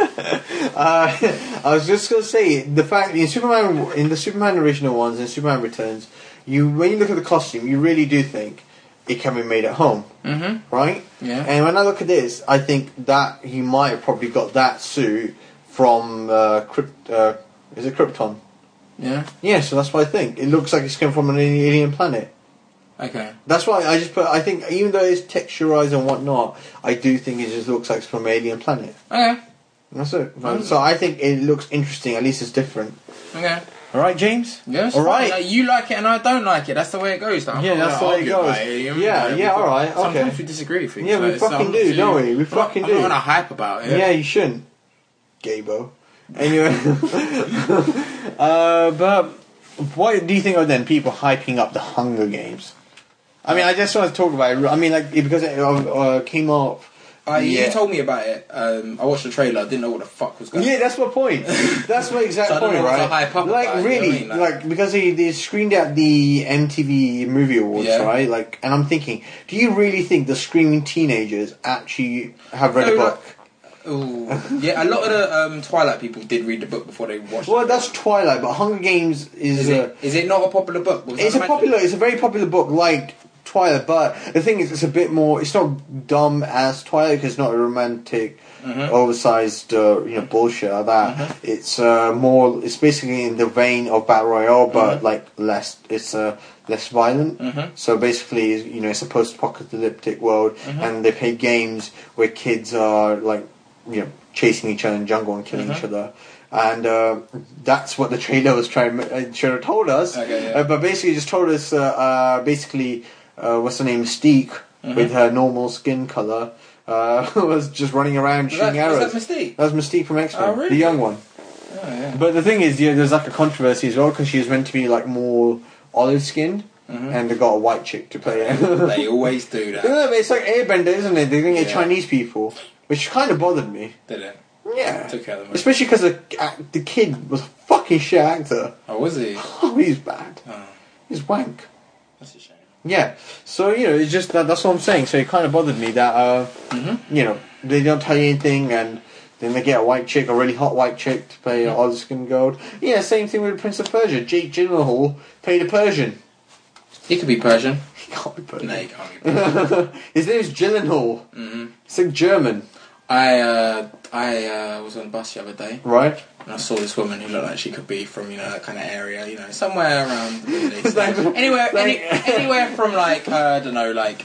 Speaker 2: uh, I was just gonna say the fact in Superman in the Superman original ones and Superman Returns, you when you look at the costume, you really do think it can be made at home,
Speaker 3: Mm-hmm.
Speaker 2: right?
Speaker 3: Yeah.
Speaker 2: And when I look at this, I think that he might have probably got that suit from uh, Krypt- uh, is it Krypton?
Speaker 3: Yeah.
Speaker 2: Yeah, so that's what I think. It looks like it's come from an alien planet.
Speaker 3: Okay.
Speaker 2: That's why I just put. I think even though it's texturized and whatnot, I do think it just looks like it's from Alien Planet.
Speaker 3: Okay.
Speaker 2: That's it. So I think it looks interesting. At least it's different.
Speaker 3: Okay.
Speaker 2: All right, James.
Speaker 3: Yes.
Speaker 2: All right.
Speaker 3: Like, you like it and I don't like it. That's the way it goes. Like, I'm
Speaker 2: Yeah,
Speaker 3: not
Speaker 2: that's
Speaker 3: gonna
Speaker 2: the way it
Speaker 3: argue
Speaker 2: goes.
Speaker 3: about You
Speaker 2: Yeah,
Speaker 3: know,
Speaker 2: yeah,
Speaker 3: we've got-
Speaker 2: alright, okay.
Speaker 3: Sometimes we disagree with things.
Speaker 2: Yeah, we
Speaker 3: so it's
Speaker 2: fucking
Speaker 3: up
Speaker 2: do,
Speaker 3: to you.
Speaker 2: don't we? We
Speaker 3: I'm not-
Speaker 2: fucking
Speaker 3: I'm
Speaker 2: do.
Speaker 3: not on a hype about it.
Speaker 2: Yeah, you shouldn't, Gabo. Anyway, uh, but what do you think of then people hyping up the Hunger Games? I mean, I just want to talk about it. I mean, like it- because it uh, uh, came up.
Speaker 3: Uh, you-
Speaker 2: Yeah.
Speaker 3: You told me about it. Um, I watched the trailer. I didn't know what the fuck was going. on.
Speaker 2: Yeah, that's my point. That's my exact
Speaker 3: So I don't
Speaker 2: point,
Speaker 3: know what to
Speaker 2: right?
Speaker 3: hype up
Speaker 2: like
Speaker 3: about, you know
Speaker 2: really,
Speaker 3: what I mean?
Speaker 2: like,
Speaker 3: Like-
Speaker 2: because they, they screened at the MTV Movie Awards,
Speaker 3: Yeah.
Speaker 2: right? Like, and I'm thinking, do you really think the screaming teenagers actually have read
Speaker 3: No,
Speaker 2: a
Speaker 3: like-
Speaker 2: book?
Speaker 3: Ooh. yeah, a lot of the um, Twilight people did read the book before they watched.
Speaker 2: well,
Speaker 3: it.
Speaker 2: that's Twilight, but Hunger Games is,
Speaker 3: is
Speaker 2: a
Speaker 3: it. Is it not a popular book? Because
Speaker 2: it's
Speaker 3: I
Speaker 2: a
Speaker 3: imagine-
Speaker 2: popular, it's a very popular book, like Twilight, but the thing is, it's a bit more. It's not dumb as Twilight because it's not a romantic,
Speaker 3: Mm-hmm.
Speaker 2: oversized, uh, you know, bullshit like that. It's uh, more. It's basically in the vein of battle royale, but
Speaker 3: Mm-hmm.
Speaker 2: like less. It's uh, less violent. So basically, you know, it's a post-apocalyptic world,
Speaker 3: Mm-hmm.
Speaker 2: and they play games where kids are like, you know, chasing each other in jungle and killing
Speaker 3: Mm-hmm.
Speaker 2: each other. And uh, that's what the trailer was trying. Uh, should have told us,
Speaker 3: Okay, yeah.
Speaker 2: Uh, but basically just told us uh, uh, basically uh, what's her name Mystique
Speaker 3: Mm-hmm.
Speaker 2: with her normal skin color uh, was just running around
Speaker 3: Was that,
Speaker 2: shooting arrows.
Speaker 3: was that Mystique?
Speaker 2: That was Mystique from X Men,
Speaker 3: Oh, really?
Speaker 2: the young one.
Speaker 3: Oh, yeah.
Speaker 2: But the thing is, yeah, there's like a controversy as well because she was meant to be like more olive skinned,
Speaker 3: Mm-hmm.
Speaker 2: and they got a white chick to play it. no,
Speaker 3: They always do that,
Speaker 2: but it's like Airbender, isn't it? They think they're
Speaker 3: Yeah.
Speaker 2: Chinese people, which kind of bothered me.
Speaker 3: did it?
Speaker 2: Yeah,
Speaker 3: Took care of them.
Speaker 2: especially because the, ac- the kid was a fucking shit actor.
Speaker 3: Oh, was he?
Speaker 2: Oh, he's bad.
Speaker 3: Oh,
Speaker 2: He's wank.
Speaker 3: that's a shame.
Speaker 2: Yeah. So you know, it's just that that's what I'm saying. So it kind of bothered me that uh,
Speaker 3: Mm-hmm.
Speaker 2: you know they don't tell you anything, and then they get a white chick, a really hot white chick to play mm olive skin gold. Yeah, same thing with Prince of Persia. Jake Gyllenhaal played a Persian.
Speaker 3: He could be Persian.
Speaker 2: He can't be Persian.
Speaker 3: No, he can't be Persian.
Speaker 2: His name is Gyllenhaal.
Speaker 3: Mm-hmm.
Speaker 2: mm It's like German,
Speaker 3: I uh, I uh, was on the bus the other day
Speaker 2: right?
Speaker 3: and I saw this woman who looked like she could be from you know that kind of area, you know, somewhere around the Middle East.
Speaker 2: Thanks.
Speaker 3: anywhere, any,
Speaker 2: Thank-
Speaker 3: anywhere from like uh, I don't know, like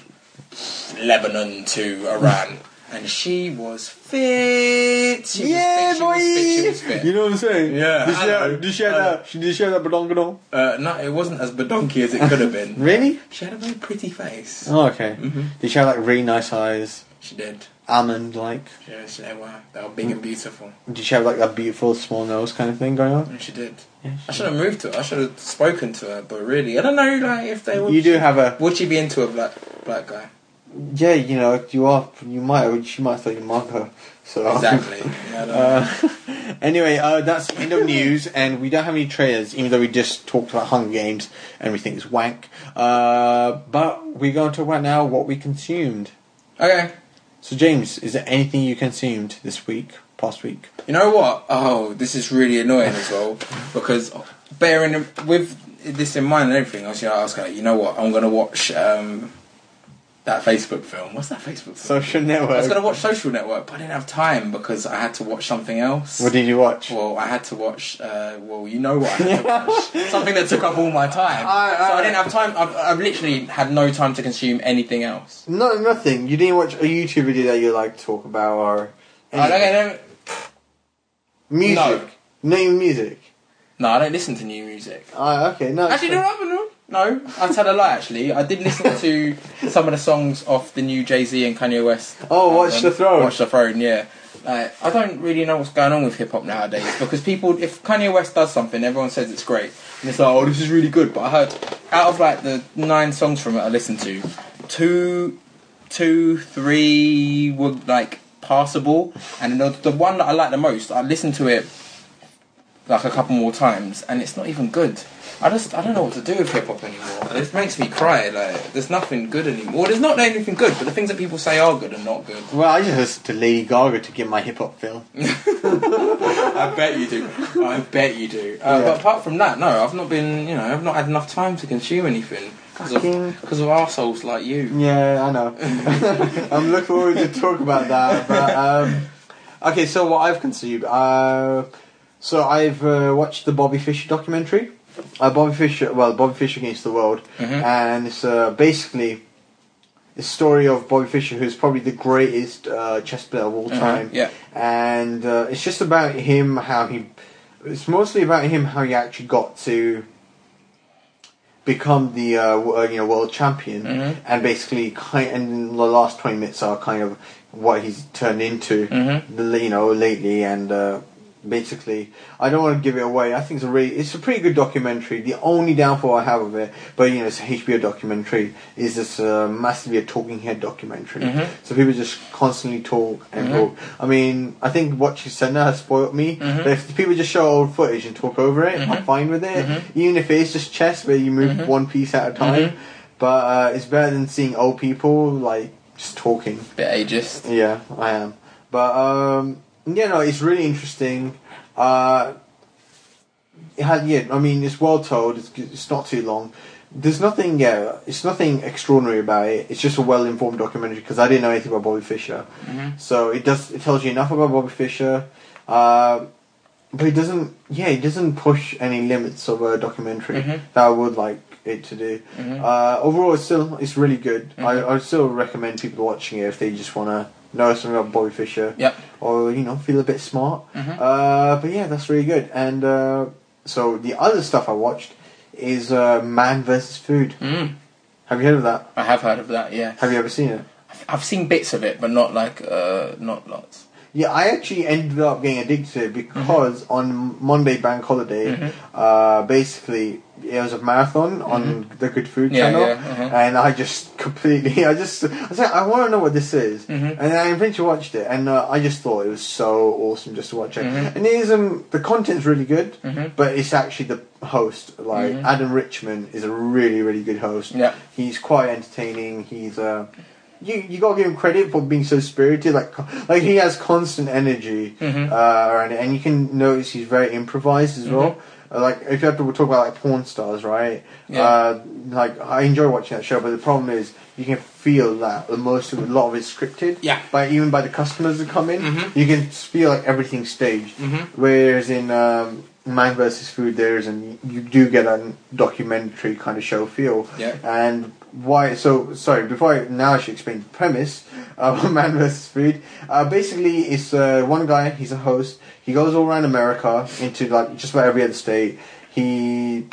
Speaker 3: Lebanon to Iran. And she was fit. She was fit, She was fit. She was fit.
Speaker 2: You know what I'm saying?
Speaker 3: Yeah,
Speaker 2: Did she
Speaker 3: I know.
Speaker 2: have, did she have
Speaker 3: I know.
Speaker 2: that? Did she have that badongadon?
Speaker 3: Uh, no, it wasn't as badonky as it could have been.
Speaker 2: Really?
Speaker 3: She had a very pretty face.
Speaker 2: Oh, okay.
Speaker 3: Mm-hmm.
Speaker 2: Did she have like really nice eyes,
Speaker 3: She did.
Speaker 2: almond like?
Speaker 3: She did. She did. Wow, they were big and beautiful.
Speaker 2: Did she have like that beautiful small nose kind of thing going on?
Speaker 3: And she did.
Speaker 2: Yeah,
Speaker 3: I should have moved to her. I should have spoken to her. But really, I don't know. Like if they would.
Speaker 2: You do have a
Speaker 3: Would she be into a black black guy?
Speaker 2: yeah, you know, if you are, you might, she might throw you mug her. So um,
Speaker 3: Exactly. Yeah, I don't know.
Speaker 2: Uh, anyway, uh, that's the end of news, and we don't have any trailers, even though we just talked about Hunger Games and we think it's wank. Uh, but we're going to talk about now what we consumed.
Speaker 3: okay.
Speaker 2: So, James, is there anything you consumed this week, past week?
Speaker 3: You know what? Oh, this is really annoying as well because bearing in- with this in mind and everything, I was, you know, I was going, you know what? I'm going to watch um, that Facebook film. What's that Facebook film?
Speaker 2: Social
Speaker 3: I was going
Speaker 2: network.
Speaker 3: to watch Social Network, but I didn't have time because I had to watch something else.
Speaker 2: What did you watch?
Speaker 3: Well, I had to watch. Uh, well, you know what? I had to watch. Something that took up all my time.
Speaker 2: I- I-
Speaker 3: so I didn't have time. I've, I've literally had no time to consume anything else.
Speaker 2: No, nothing. You didn't watch a YouTube video that you like to talk about or
Speaker 3: I don't, I don't,
Speaker 2: music.
Speaker 3: No.
Speaker 2: Name music.
Speaker 3: no, I don't listen to new music.
Speaker 2: Ah, okay. No, it's
Speaker 3: Actually,
Speaker 2: fine.
Speaker 3: no, no, no. No, I tell a lie. Actually, I did listen to some of the songs off the new Jay Z and Kanye West.
Speaker 2: Oh, Watch
Speaker 3: album.
Speaker 2: the Throne.
Speaker 3: Watch the Throne. Yeah. Like, I don't really know what's going on with hip hop nowadays because people, if Kanye West does something, everyone says it's great, and it's like, oh, this is really good. But I heard out of like the nine songs from it I listened to, two, two, three were like passable, and the, the one that I like the most, I listened to it like a couple more times, and it's not even good. I just I don't know what to do with hip hop anymore. It makes me cry. Like there's nothing good anymore. Well, there's not anything good, but the things that people say are good and not good.
Speaker 2: Well, I just listened to Lady Gaga to get my hip hop feel.
Speaker 3: I bet you do. I bet you do. Uh,
Speaker 2: Yeah.
Speaker 3: But apart from that, no, I've not been. You know, I've not had enough time to consume anything because of
Speaker 2: Fucking-
Speaker 3: because of assholes like you.
Speaker 2: Yeah, I know. I'm looking forward to talk about that. But um, okay, so what I've consumed. Uh, so I've uh, watched the Bobby Fischer documentary. Uh, Bobby Fischer, well, Bobby Fischer against the world,
Speaker 3: Mm-hmm.
Speaker 2: and it's uh, basically the story of Bobby Fischer, who's probably the greatest uh, chess player of all time.
Speaker 3: Mm-hmm. yeah.
Speaker 2: and uh, it's just about him how he. It's mostly about him how he actually got to become the uh, w- uh, you know world champion, and basically kind and the last twenty minutes are kind of what he's turned into, the- you know, lately, and uh, basically I don't want to give it away. I think it's a really it's a pretty good documentary. The only downfall I have of it, but you know, it's a HBO documentary, is this uh, massively a talking head documentary. So people just constantly talk and talk. I mean, I think what you said now has spoiled me. But if people just show old footage and talk over it, I'm fine with it. Even if it's just chess where you move one piece at a time. But uh, it's better than seeing old people like just talking.
Speaker 3: Bit ageist.
Speaker 2: Yeah, I am. But um, yeah, no, it's really interesting. Uh, it had yeah, I mean, it's well told. It's, it's not too long, there's nothing. Uh, it's nothing extraordinary about it. It's just a well-informed documentary because I didn't know anything about Bobby Fischer, so it does. It tells you enough about Bobby Fischer, uh, but it doesn't. Yeah, it doesn't push any limits of a documentary
Speaker 3: Mhm.
Speaker 2: that I would like it to do. Uh, overall, it's still it's really good. I I still recommend people watching it if they just want to know something about Bobby Fischer
Speaker 3: Yep.
Speaker 2: or you know feel a bit smart.
Speaker 3: Mhm.
Speaker 2: Uh, but yeah, that's really good. And uh, so the other stuff I watched is uh, Man vs Food.
Speaker 3: Mm,
Speaker 2: Have you heard of that?
Speaker 3: I have heard of that. Yeah,
Speaker 2: Have you ever seen it?
Speaker 3: I've seen bits of it, but not like uh, not lots.
Speaker 2: Yeah, I actually ended up getting addicted to it because
Speaker 3: Mm-hmm.
Speaker 2: on Monday Bank Holiday, uh, basically it was a marathon on the Good Food
Speaker 3: Mm-hmm. Yeah,
Speaker 2: channel,
Speaker 3: yeah, uh-huh.
Speaker 2: and I just completely, I just, I was like, I want to know what this is,
Speaker 3: Mhm.
Speaker 2: and I eventually watched it, and uh, I just thought it was so awesome just to watch it,
Speaker 3: Mm-hmm.
Speaker 2: and it is um, the content's really good,
Speaker 3: Mhm.
Speaker 2: but it's actually the host, like
Speaker 3: Mhm.
Speaker 2: Adam Richman, is a really really good host.
Speaker 3: Yeah.
Speaker 2: he's quite entertaining. He's uh, you you gotta give him credit for being so spirited. Like like he has constant energy
Speaker 3: Mhm.
Speaker 2: uh, around it, and you can notice he's very improvised as well. Uh, Like if you have to talk about like porn stars, right?
Speaker 3: Mm-hmm. Yeah.
Speaker 2: Uh, like I enjoy watching that show, but the problem is you can feel that most of a lot of it's scripted.
Speaker 3: Yeah.
Speaker 2: By even by the customers that come in,
Speaker 3: Mhm.
Speaker 2: you can feel like everything's staged.
Speaker 3: Mhm.
Speaker 2: Whereas in um, Man vs. Food, there is, and you do get a documentary kind of show feel.
Speaker 3: Yeah.
Speaker 2: And why? So sorry. Before I, now, I should explain the premise of Man vs. Food. Uh, basically, it's uh, one guy. He's a host. He goes all around America into like just about every other state. He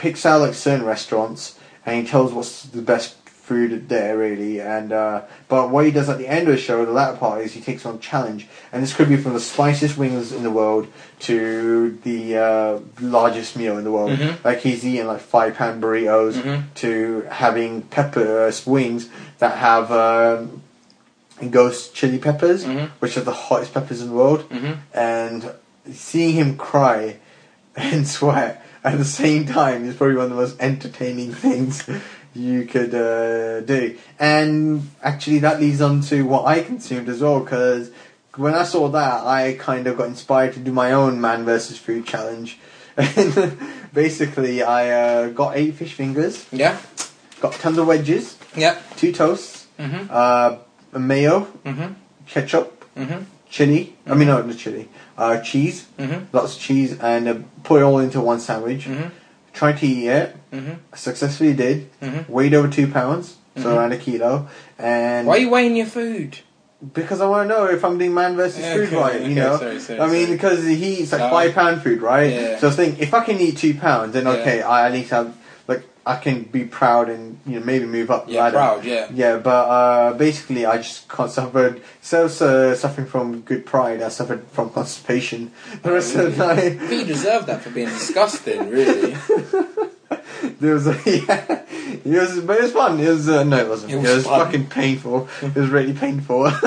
Speaker 2: picks out like certain restaurants and he tells what's the best food there really and uh, but what he does at the end of the show the latter part is he takes on a challenge and this could be from the spiciest wings in the world to the uh, largest meal in the world
Speaker 3: Mhm.
Speaker 2: like he's eating like five pound burritos
Speaker 3: Mhm.
Speaker 2: to having pepper uh, wings that have um, ghost chili peppers
Speaker 3: Mhm.
Speaker 2: which are the hottest peppers in the world
Speaker 3: Mhm.
Speaker 2: and seeing him cry and sweat at the same time is probably one of the most entertaining things you could uh, do. And actually, that leads on to what I consumed as well, because when I saw that, I kind of got inspired to do my own man versus food challenge. And basically, I uh, got eight fish fingers,
Speaker 3: Yeah.
Speaker 2: got tons of wedges,
Speaker 3: Yeah.
Speaker 2: two toasts,
Speaker 3: Mhm.
Speaker 2: uh, a mayo,
Speaker 3: Mhm.
Speaker 2: ketchup,
Speaker 3: Mhm.
Speaker 2: chili. I mean, no, not chili. Uh, cheese,
Speaker 3: Mhm.
Speaker 2: lots of cheese, and uh, put it all into one sandwich.
Speaker 3: Mhm.
Speaker 2: Tried to eat it.
Speaker 3: Mhm.
Speaker 2: Successfully did.
Speaker 3: Mhm.
Speaker 2: Weighed over two pounds, so around a kilo. And
Speaker 3: Mm-hmm. Why are you weighing your food?
Speaker 2: because I want to know if I'm doing man versus
Speaker 3: Yeah,
Speaker 2: food
Speaker 3: okay,
Speaker 2: right, you
Speaker 3: okay,
Speaker 2: know.
Speaker 3: sorry, sorry,
Speaker 2: I mean,
Speaker 3: sorry.
Speaker 2: because he eats like
Speaker 3: No.
Speaker 2: five pound food, right?
Speaker 3: Yeah.
Speaker 2: So I was thinking, if I can eat two pounds, then
Speaker 3: Yeah.
Speaker 2: okay, I at least have like I can be proud and you know maybe move up. the
Speaker 3: Yeah,
Speaker 2: ladder.
Speaker 3: proud. Yeah.
Speaker 2: Yeah, but uh, basically, I just con- suffered. So uh, suffering from good pride, I suffered from constipation the rest of the
Speaker 3: But
Speaker 2: night.
Speaker 3: You deserve that for being disgusting, really.
Speaker 2: There was, a, yeah, it was, but it was fun. It was uh, no, it wasn't. It
Speaker 3: It
Speaker 2: was,
Speaker 3: was fun.
Speaker 2: fucking painful. it was really painful.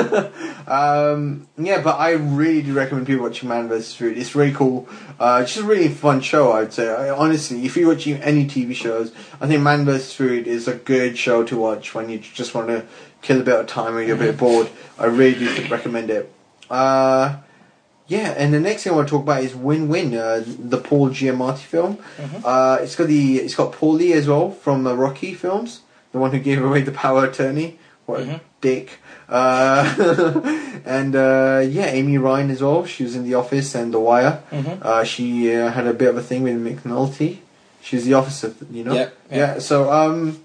Speaker 2: um, yeah, but I really do recommend people watching Man vs Food. It's really cool. Uh, it's just a really fun show. I'd say I, honestly, if you're watching any TV shows, I think Man vs Food is a good show to watch when you just want to kill a bit of time or you're a bit bored. I really do recommend it. Uh, yeah, and the next thing I want to talk about is Win Win, uh, the Paul Giamatti film.
Speaker 3: Mm-hmm.
Speaker 2: Uh, it's got the it's got Paul Lee as well from the Rocky films, the one who gave away the power attorney. What a
Speaker 3: Mhm.
Speaker 2: dick! Uh, and uh, yeah, Amy Ryan as well. She was in The Office and The Wire.
Speaker 3: Mhm.
Speaker 2: Uh, she uh, had a bit of a thing with McNulty. She was the officer, you know.
Speaker 3: Yep, yeah.
Speaker 2: yeah so um,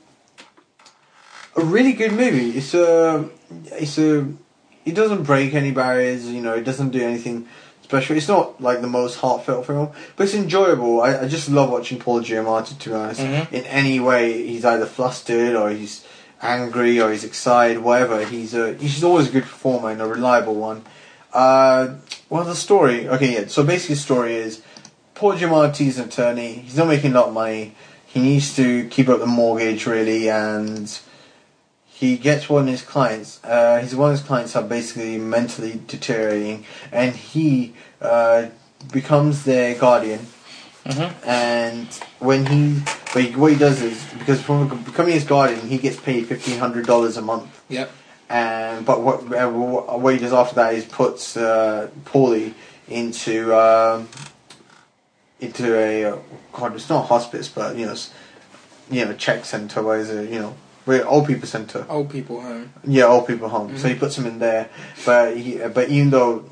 Speaker 2: a really good movie. It's a, it's a, it doesn't break any barriers. You know, it doesn't do anything special. It's not like the most heartfelt film, but it's enjoyable. I, I just love watching Paul Giamatti. To be honest,
Speaker 3: Mhm.
Speaker 2: in any way, he's either flustered or he's angry or he's excited, whatever. He's a, he's always a good performer and a reliable one. Uh, well, the story. Okay, yeah. So basically, the story is Paul Giamatti's an attorney. He's not making a lot of money. He needs to keep up the mortgage really, and he gets one of his clients. Uh, his one of his clients are basically mentally deteriorating, and he uh, becomes their guardian. And when he, what he, what he does is because from becoming his guardian, he gets paid fifteen hundred dollars a month
Speaker 3: Yep.
Speaker 2: and but what uh, what what he does after that is puts uh, Paulie into um, into a uh, God, it's not a hospice, but you know, s- you know check centre, whereas uh, you know we're old people centre.
Speaker 3: Old people home.
Speaker 2: Yeah, old people home. So he puts him in there, but he, but even though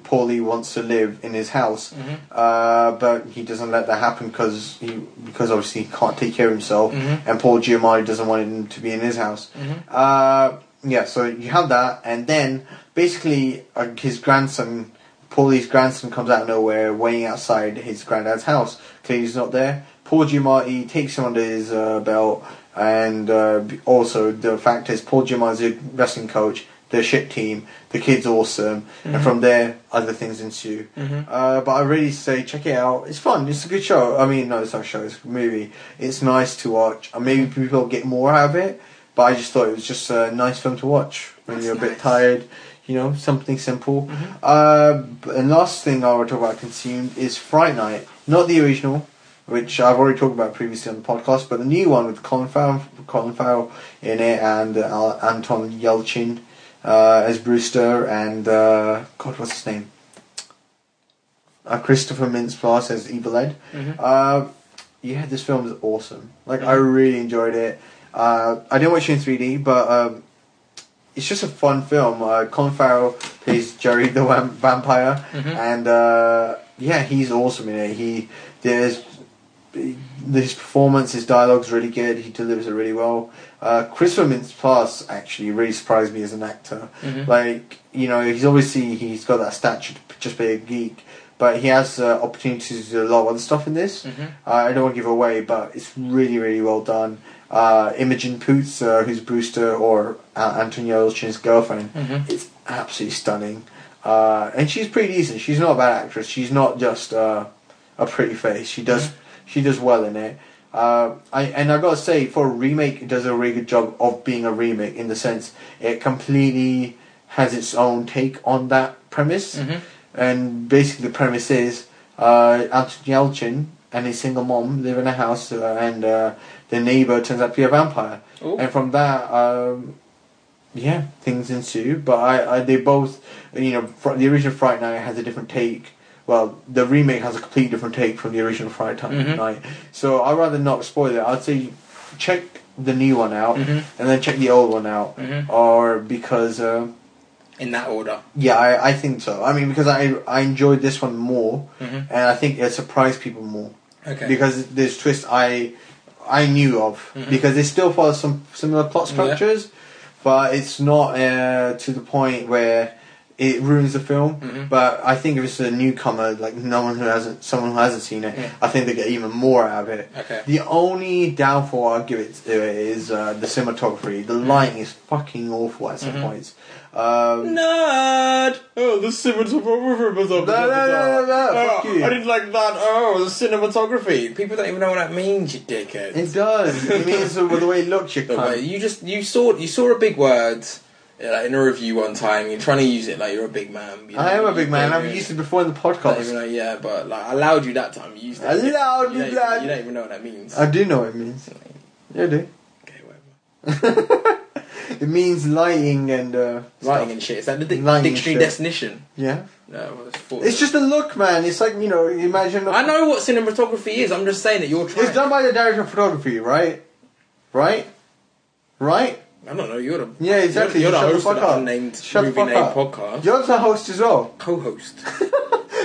Speaker 2: Paulie wants to live in his house, uh, but he doesn't let that happen because he because obviously he can't take care of himself, and Paul Giamatti doesn't want him to be in his house. Uh, yeah, so you have that, and then basically uh, his grandson. Paulie's grandson comes out of nowhere, waiting outside his granddad's house. Clearly, he's not there. Paul Giamatti takes him under his uh, belt, and uh, b- also the fact is, Paul Giamatti's a wrestling coach. They're a shit team. The kid's awesome, and from there, other things ensue. Uh, but I really say check it out. It's fun. It's a good show. I mean, no, it's not a show. It's a movie. It's nice to watch, and maybe people get more out of it. But I just thought it was just a nice film to watch when
Speaker 3: That's
Speaker 2: you're a bit
Speaker 3: nice.
Speaker 2: tired. You know, something simple. Uh, b- and last thing I want to talk about consumed is Fright Night, not the original, which I've already talked about previously on the podcast, but the new one with Colin Farrell, Colin Farrell in it and uh, Al- Anton Yelchin uh, as Brewster and uh, God, what's his name? Uh, Christopher Mintz-Plasse as Evil Ed. Uh, yeah, this film is awesome. Like, I really enjoyed it. Uh, I didn't watch it in 3D, but um, it's just a fun film. Uh, Colin Farrell plays Jerry the Vam Vampire, and uh, yeah, he's awesome in it. He there's his performance, his dialogue's really good. He delivers it really well. Uh, Christopher Mintz-Plasse actually really surprised me as an actor. Like you know, he's obviously he's got that stature to just be a geek, but he has uh, opportunities to do a lot of other stuff in this. Uh, I don't want to give away, but it's really really well done. Uh, Imogen Poots, uh, who's Brewster or uh, Antonio Elchin's girlfriend, it's absolutely stunning. Uh, and she's pretty decent. She's not a bad actress. She's not just uh, a pretty face. She does she does well in it. Uh, I and I gotta say, for a remake, it does a really good job of being a remake in the sense it completely has its own take on that premise. And basically, the premise is uh, Anton Yelchin and his single mom live in a house, uh, and uh, the neighbor turns out to be a vampire.
Speaker 3: Ooh.
Speaker 2: And from that, um, yeah, things ensue. But I, I, they both, you know, fr- the original Fright Night has a different take. Well, the remake has a completely different take from the original Fright Ti- Night. So I'd rather not spoil it. I'd say check the new one out and then check the old one out,
Speaker 3: Mm-hmm.
Speaker 2: or because. um
Speaker 3: In that order.
Speaker 2: yeah, I, I think so. I mean, because I I enjoyed this one more, and I think it surprised people more
Speaker 3: Okay.
Speaker 2: Mm-hmm. because there's twists I I knew of
Speaker 3: Mm-hmm.
Speaker 2: because they still follow some similar plot structures, but it's not uh, to the point where it ruins the film.
Speaker 3: Mm-hmm.
Speaker 2: But I think if it's a newcomer, like no one who hasn't someone who hasn't seen it,
Speaker 3: Yeah.
Speaker 2: I think they get even more out of it.
Speaker 3: Okay.
Speaker 2: The only downfall I'll give it to it is uh, the cinematography.
Speaker 3: Mm-hmm.
Speaker 2: The lighting is fucking awful at some points. Um,
Speaker 3: Nerd! Oh, the cinematography was up.
Speaker 2: No, no, no, no, no, fuck you.
Speaker 3: I didn't like that. Oh, the cinematography. People don't even know what that means, you dickhead.
Speaker 2: It does. it means the the way it looks, you
Speaker 3: But
Speaker 2: cunt.
Speaker 3: wait, you just you saw you saw a big word uh, like, in a review one time. You're trying to use it like you're a big man. you
Speaker 2: I
Speaker 3: know,
Speaker 2: am a
Speaker 3: you
Speaker 2: big man.
Speaker 3: don't
Speaker 2: I've
Speaker 3: even-
Speaker 2: used it before in the
Speaker 3: don't even
Speaker 2: podcast.
Speaker 3: know, yeah, but like I allowed you that time. You used it.
Speaker 2: Allowed
Speaker 3: you,
Speaker 2: you
Speaker 3: don't even-
Speaker 2: that.
Speaker 3: You don't even know what that means.
Speaker 2: I do know what it means. Yeah, I do.
Speaker 3: okay, whatever.
Speaker 2: It means lighting and uh,
Speaker 3: Lighting
Speaker 2: stuff.
Speaker 3: and shit. Is that the dic-
Speaker 2: Lighting and
Speaker 3: dictionary
Speaker 2: shit.
Speaker 3: definition?
Speaker 2: Yeah,
Speaker 3: No, well, thought-
Speaker 2: it's just a look, man. It's like you know, imagine.
Speaker 3: I know what cinematography is. I'm just saying that you're trying.
Speaker 2: It's done by the director of photography, right? Right, right.
Speaker 3: I don't know. You're the
Speaker 2: Yeah, exactly.
Speaker 3: You're, you're the
Speaker 2: Shut
Speaker 3: host
Speaker 2: the
Speaker 3: of
Speaker 2: fuck
Speaker 3: that
Speaker 2: up.
Speaker 3: unnamed
Speaker 2: Shut the
Speaker 3: movie
Speaker 2: fuck
Speaker 3: name
Speaker 2: up.
Speaker 3: podcast.
Speaker 2: You're the host as well.
Speaker 3: Co-host.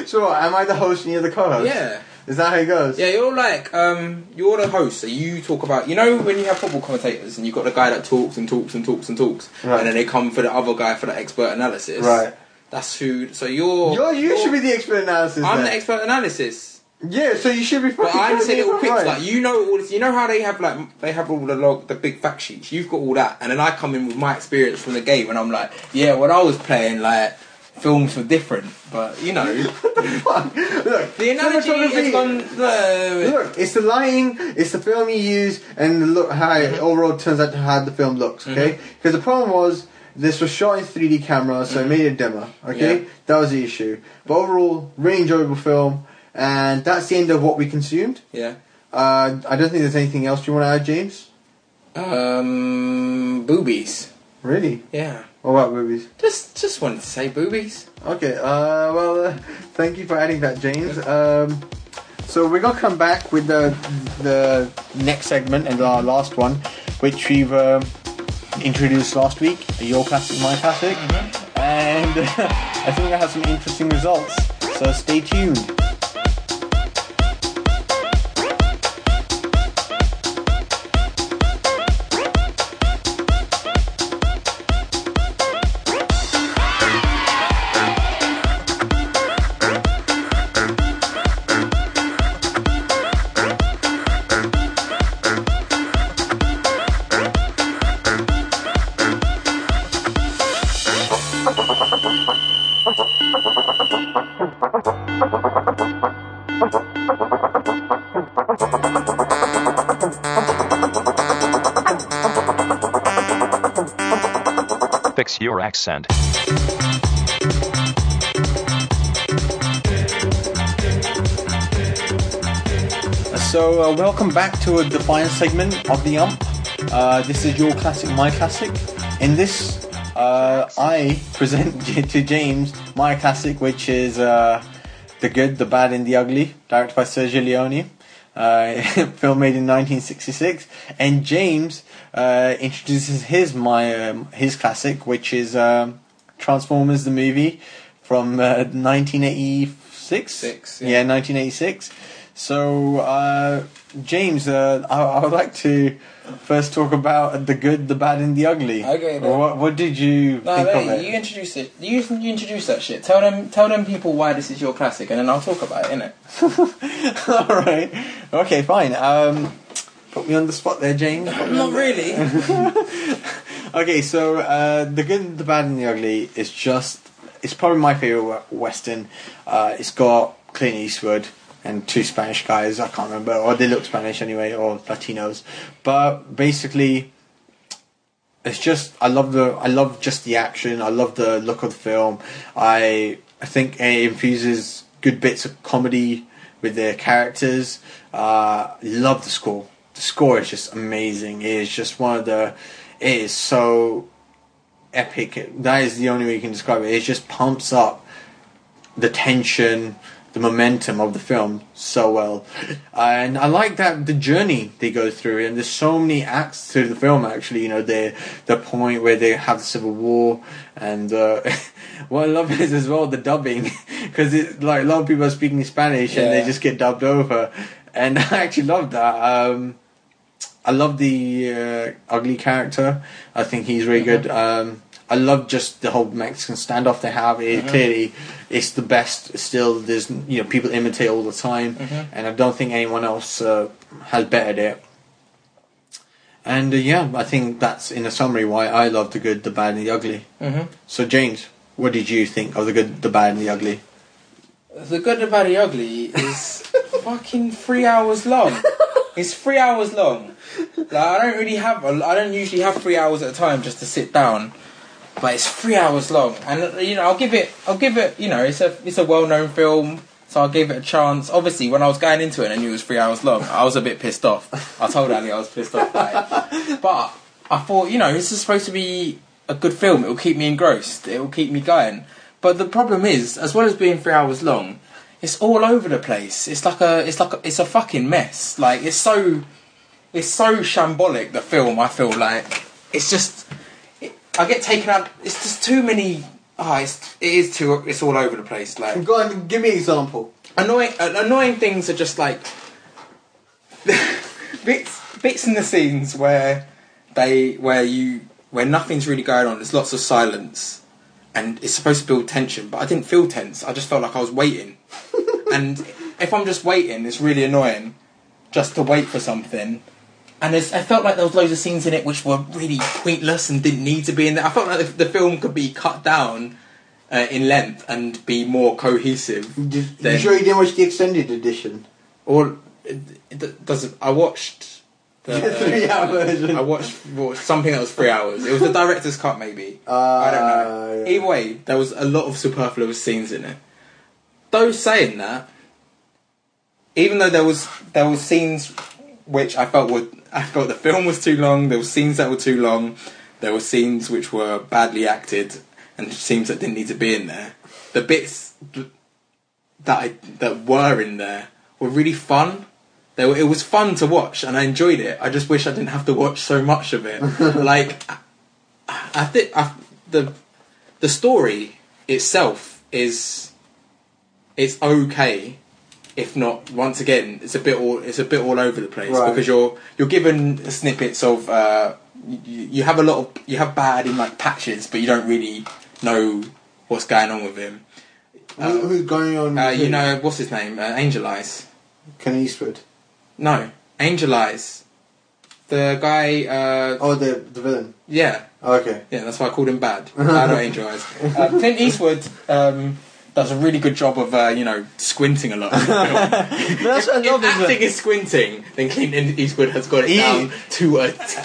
Speaker 2: So what, am I the host and you're the co-host?
Speaker 3: yeah.
Speaker 2: Is that how it goes?
Speaker 3: Yeah, you're like um, you're the host, so you talk about you know when you have football commentators and you've got the guy that talks and talks and talks and talks,
Speaker 2: Right.
Speaker 3: and then they come for the other guy for the expert analysis.
Speaker 2: Right.
Speaker 3: That's who. So you're.
Speaker 2: You're, you should be the expert analysis.
Speaker 3: I'm the
Speaker 2: then.
Speaker 3: expert analysis,
Speaker 2: Yeah, so you should be fucking.
Speaker 3: but I'm just a
Speaker 2: telling me
Speaker 3: little
Speaker 2: if I'm
Speaker 3: quick.
Speaker 2: right.
Speaker 3: Like you know all this. You know how they have like they have all the log, the big fact sheets. You've got all that, and then I come in with my experience from the game, and I'm like, yeah, when I was playing, like films were different, but you know,
Speaker 2: Fuck. Look,
Speaker 3: the analogy
Speaker 2: cinematography-
Speaker 3: has gone. Uh,
Speaker 2: Look, it's the lighting, it's the film you use, and the look how it overall turns out to how the film looks. Okay, because the problem was this was shot in 3D camera, so it made it dimmer. Okay,
Speaker 3: Yeah.
Speaker 2: that was the issue. But overall, really enjoyable film, and that's the end of what we consumed.
Speaker 3: yeah.
Speaker 2: Uh, I don't think there's anything else you want to add, James.
Speaker 3: Um, boobies.
Speaker 2: Really?
Speaker 3: Yeah.
Speaker 2: What about movies?
Speaker 3: Just just wanted to say boobies.
Speaker 2: Okay. Uh, well, uh, thank you for adding that, James. Um, So we're gonna come back with the the next segment and our last one, which we've um, introduced last week. Your classic, my classic, and I think I have some interesting results. So stay tuned.
Speaker 5: Fix your accent.
Speaker 2: So uh, welcome back to the final segment of the ump. Uh, this is your classic, my classic. In this, uh, I present to James my classic, which is uh, the good, the bad, and the ugly, directed by Sergio Leone. Uh, film made in 1966, and James uh, introduces his my um, his classic, which is um, Transformers the movie from uh, 1986.
Speaker 3: Six,
Speaker 2: yeah.
Speaker 3: yeah.
Speaker 2: 1986. So, uh, James, uh, I, I would like to first talk about the good, the bad, and the ugly.
Speaker 3: Okay, then.
Speaker 2: What, what did you
Speaker 3: No,
Speaker 2: think
Speaker 3: no,
Speaker 2: of it?
Speaker 3: you introduce it. You, you introduce that shit. Tell them, tell them people why this is your classic, and then I'll talk about it. Innit?
Speaker 2: All right. Okay, fine. Um, put me on the spot there, James.
Speaker 3: Not really.
Speaker 2: Okay, so uh, the good, the bad, and the ugly is just—it's probably my favorite western. Uh, it's got Clint Eastwood and two Spanish guys. I can't remember, or they look Spanish anyway, or Latinos. But basically, it's just I love the I love just the action. I love the look of the film. I I think it infuses good bits of comedy with the characters. Uh, love the score. The score is just amazing. It is just one of the. It is so epic. That is the only way you can describe it. It just pumps up the tension, the momentum of the film so well. And I like that the journey they go through, and there's so many acts to the film. Actually, you know, the the point where they have the civil war, and uh, what I love is as well the dubbing, because it's like a lot of people are speaking Spanish and they
Speaker 3: Yeah.
Speaker 2: just get dubbed over, and I actually love that. Um, I love the uh, ugly character. I think he's really good. Um, I love just the whole Mexican standoff they have. It, Clearly, it's the best. Still, there's you know people imitate all the time, and I don't think anyone else uh, has bettered it. And uh, yeah, I think that's in a summary why I love the good, the bad, and the ugly.
Speaker 3: Mhm.
Speaker 2: So James, what did you think of the good, the bad, and the ugly?
Speaker 3: The Good, the Bad, the Ugly is fucking three hours long. It's three hours long. Like I don't really have, a, I don't usually have three hours at a time just to sit down, but it's three hours long. And you know, I'll give it, I'll give it. You know, it's a, it's a well-known film, so I gave it a chance. Obviously, when I was going into it, and I knew it was three hours long. I was a bit pissed off. I told Ali I was pissed off, by it. but I thought, you know, this is supposed to be a good film. It will keep me engrossed. It will keep me going. But the problem is, as well as being three hours long, it's all over the place. It's like a, it's like a, it's a fucking mess. Like it's so, it's so shambolic. The film, I feel like it's just, it, I get taken out. It's just too many. Ah, it's it is too. It's all over the place. Like
Speaker 2: Go on, give me an example.
Speaker 3: annoying uh, annoying things are just like bits bits in the scenes where they where you where nothing's really going on there's lots of silence and it's supposed to build tension but i didn't feel tense i just felt like i was waiting and if i'm just waiting it's really annoying just to wait for something and there's, I felt like there was loads of scenes in it which were really pointless and didn't need to be in there. I felt like the, the film could be cut down uh, in length and be more cohesive.
Speaker 2: You
Speaker 3: than-
Speaker 2: sure you didn't watch the extended edition?
Speaker 3: or it, it doesn't. I watched
Speaker 2: The three-hour version.
Speaker 3: I watched, watched something that was three hours. It was the director's cut, maybe. I don't know.
Speaker 2: yeah.
Speaker 3: Either way, Uh, there was a lot of superfluous scenes in it. Though saying that, even though there was there was scenes which I felt were I felt the film was too long. There were scenes that were too long. There were scenes which were badly acted and scenes that didn't need to be in there. The bits that I, that were in there were really fun. They were, it was fun to watch, and I enjoyed it. I just wish I didn't have to watch so much of it. like, I, I think I, the the story itself is it's okay, if not once again it's a bit all it's a bit all over the place
Speaker 2: Right.
Speaker 3: because you're you're given snippets of uh, you, you have a lot of you have bad in like patches, but you don't really know what's going on with him.
Speaker 2: Who, who's going on?
Speaker 3: Uh, you
Speaker 2: who?
Speaker 3: know what's his name? Uh, Angel Eyes.
Speaker 2: Clint Eastwood.
Speaker 3: No, Angel Eyes. The guy. Uh,
Speaker 2: Oh, the the villain.
Speaker 3: yeah,
Speaker 2: Oh, okay.
Speaker 3: yeah. That's why I called him bad. I know Angel Eyes. Uh, Clint Eastwood um, does a really good job of uh, you know squinting a lot. in the film.
Speaker 2: that's
Speaker 3: if if acting is squinting, then Clint Eastwood has got it
Speaker 2: He-
Speaker 3: down to a T.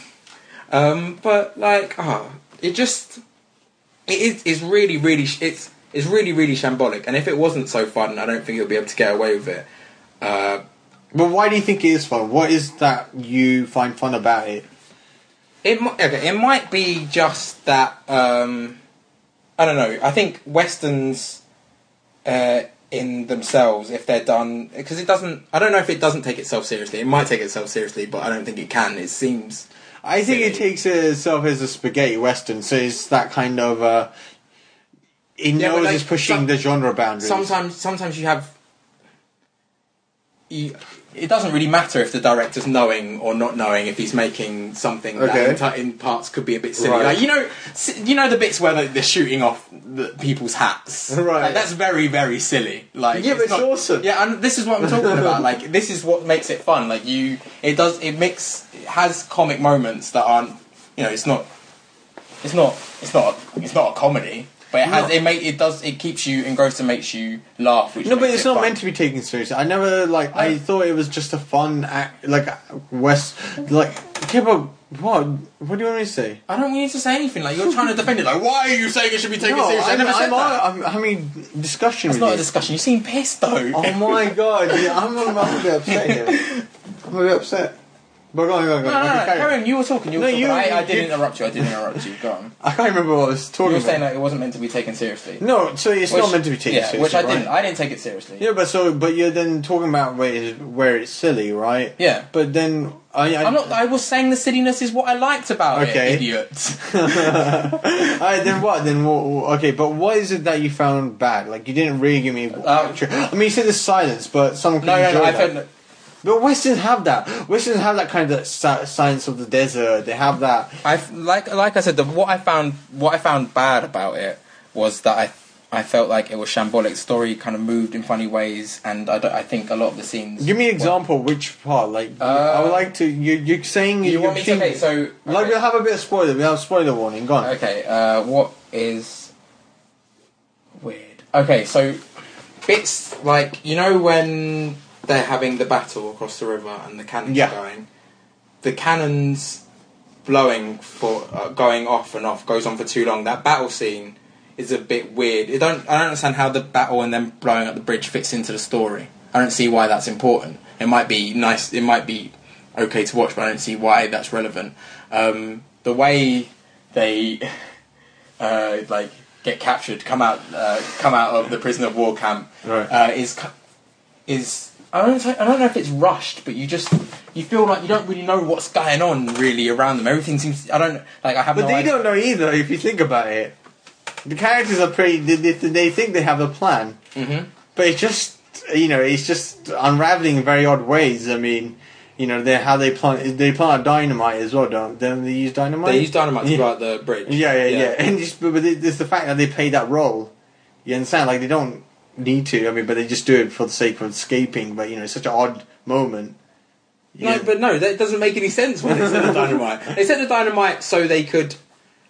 Speaker 3: um, but like, ah, it just it is it's really really sh- it's it's really really shambolic. And if it wasn't so fun, I don't think you'll be able to get away with it. Uh,
Speaker 2: But why do you think it is fun? What is that you find fun about it?
Speaker 3: It mi- okay, it might be just that um, I don't know. I think westerns uh, in themselves, if they're done, because it doesn't. I don't know if it doesn't take itself seriously. It might take itself seriously, but I don't think it can. It seems
Speaker 2: I think it takes itself as a spaghetti western, so it's that kind of. Uh, it
Speaker 3: Yeah, but
Speaker 2: knows
Speaker 3: like,
Speaker 2: it's pushing
Speaker 3: some-
Speaker 2: the genre boundaries.
Speaker 3: sometimes. Sometimes you have. You, it doesn't really matter if the director's knowing or not knowing if he's making something
Speaker 2: Okay.
Speaker 3: that in, t- in parts could be a bit silly.
Speaker 2: Right.
Speaker 3: Like you know, s- you know the bits where like, they're shooting off the people's hats.
Speaker 2: Right.
Speaker 3: Like, that's very very silly. Like
Speaker 2: Yeah, but it's awesome.
Speaker 3: Yeah, and this is what I'm talking about. Like this is what makes it fun. Like you, it does it makes it has comic moments that aren't. You know, it's not. It's not. It's not. It's not a comedy. But it has.
Speaker 2: No.
Speaker 3: It make. It does. It keeps you engrossed and makes you laugh. Which
Speaker 2: No, but
Speaker 3: makes
Speaker 2: it's
Speaker 3: it
Speaker 2: not
Speaker 3: fun.
Speaker 2: meant to be taken seriously. I never like. I
Speaker 3: No.
Speaker 2: thought it was just a fun act, like West, like. Okay, but what? What do you want me to say?
Speaker 3: I don't need to say anything. Like you're trying to defend it. Like why are you saying it should be taken
Speaker 2: No,
Speaker 3: seriously? I
Speaker 2: I'm,
Speaker 3: never said
Speaker 2: I'm,
Speaker 3: that.
Speaker 2: I'm, I'm having discussion
Speaker 3: It's
Speaker 2: with
Speaker 3: not a
Speaker 2: you.
Speaker 3: discussion. You seem pissed though.
Speaker 2: oh my god! Yeah, I'm, I'm, a bit upset here. I'm a bit upset. But go on, go on, go
Speaker 3: No,
Speaker 2: on.
Speaker 3: no, no,
Speaker 2: Okay, carry on.
Speaker 3: Karen, you were talking. You were
Speaker 2: No,
Speaker 3: talking.
Speaker 2: you-
Speaker 3: I, I
Speaker 2: you-
Speaker 3: did interrupt you. I did interrupt you. Go on.
Speaker 2: I can't remember what I was talking
Speaker 3: You were
Speaker 2: about.
Speaker 3: saying that it wasn't meant to be taken seriously.
Speaker 2: no, so it's not meant to be taken
Speaker 3: yeah,
Speaker 2: seriously.
Speaker 3: Which I didn't.
Speaker 2: right?
Speaker 3: I didn't take it seriously.
Speaker 2: Yeah, but so but you're then talking about where it's, where it's silly, right?
Speaker 3: Yeah.
Speaker 2: But then I, I
Speaker 3: I'm not. I was saying the silliness is what I liked about
Speaker 2: Okay.
Speaker 3: it. Idiots.
Speaker 2: Alright, then what? Then what- what? Okay, but what is it that you found bad? Like you didn't really give me.
Speaker 3: Uh,
Speaker 2: I mean, you said there's silence, but someone can
Speaker 3: No, no,
Speaker 2: enjoy
Speaker 3: no. I
Speaker 2: that.
Speaker 3: found that-
Speaker 2: But westerns have that. Westerns have that kind of si- science of the desert. They have that.
Speaker 3: I like like I said, the, what I found what I found bad about it was that I I felt like it was shambolic. Story kind of moved in funny ways, and I don't, I think a lot of the scenes.
Speaker 2: Give me an example. Which part? Like I would like to. You you're saying
Speaker 3: Uh, You
Speaker 2: you're
Speaker 3: want me to?
Speaker 2: saying-
Speaker 3: Okay, so
Speaker 2: Like
Speaker 3: okay,
Speaker 2: we'll have a bit of spoiler. We'll have spoiler warning. Go on.
Speaker 3: okay uh, what is weird? Okay, so bits like you know when they're having the battle across the river and the cannons
Speaker 2: Yeah.
Speaker 3: are going, the cannons blowing for uh, going off and off goes on for too long. That battle scene is a bit weird. It don't I don't understand how the battle and then blowing up the bridge fits into the story. I don't see why that's important. It might be nice. It might be okay to watch, but I don't see why that's relevant. Um, the way they uh, like get captured, come out, uh, come out of the prisoner of war camp
Speaker 2: Right.
Speaker 3: uh, is cu- is I don't I don't know if it's rushed, but you just you feel like you don't really know what's going on really around them. Everything seems I don't like I have
Speaker 2: But
Speaker 3: no
Speaker 2: they
Speaker 3: idea.
Speaker 2: don't know either. If you think about it, the characters are pretty. They, they, they think they have a plan,
Speaker 3: Mhm.
Speaker 2: but it's just you know it's just unraveling in very odd ways. I mean, you know they how they plant they plant dynamite as well. Don't don't they use dynamite?
Speaker 3: They use dynamite to
Speaker 2: Yeah.
Speaker 3: blow out the bridge.
Speaker 2: Yeah, yeah, yeah. And just, but, but it- it's the fact that they play that role. You understand? Like they don't need to. I mean, but they just do it for the sake of escaping. But you know, it's such an odd moment.
Speaker 3: No,
Speaker 2: Yeah.
Speaker 3: but no, that doesn't make any sense when they set the dynamite. they set the dynamite so they could.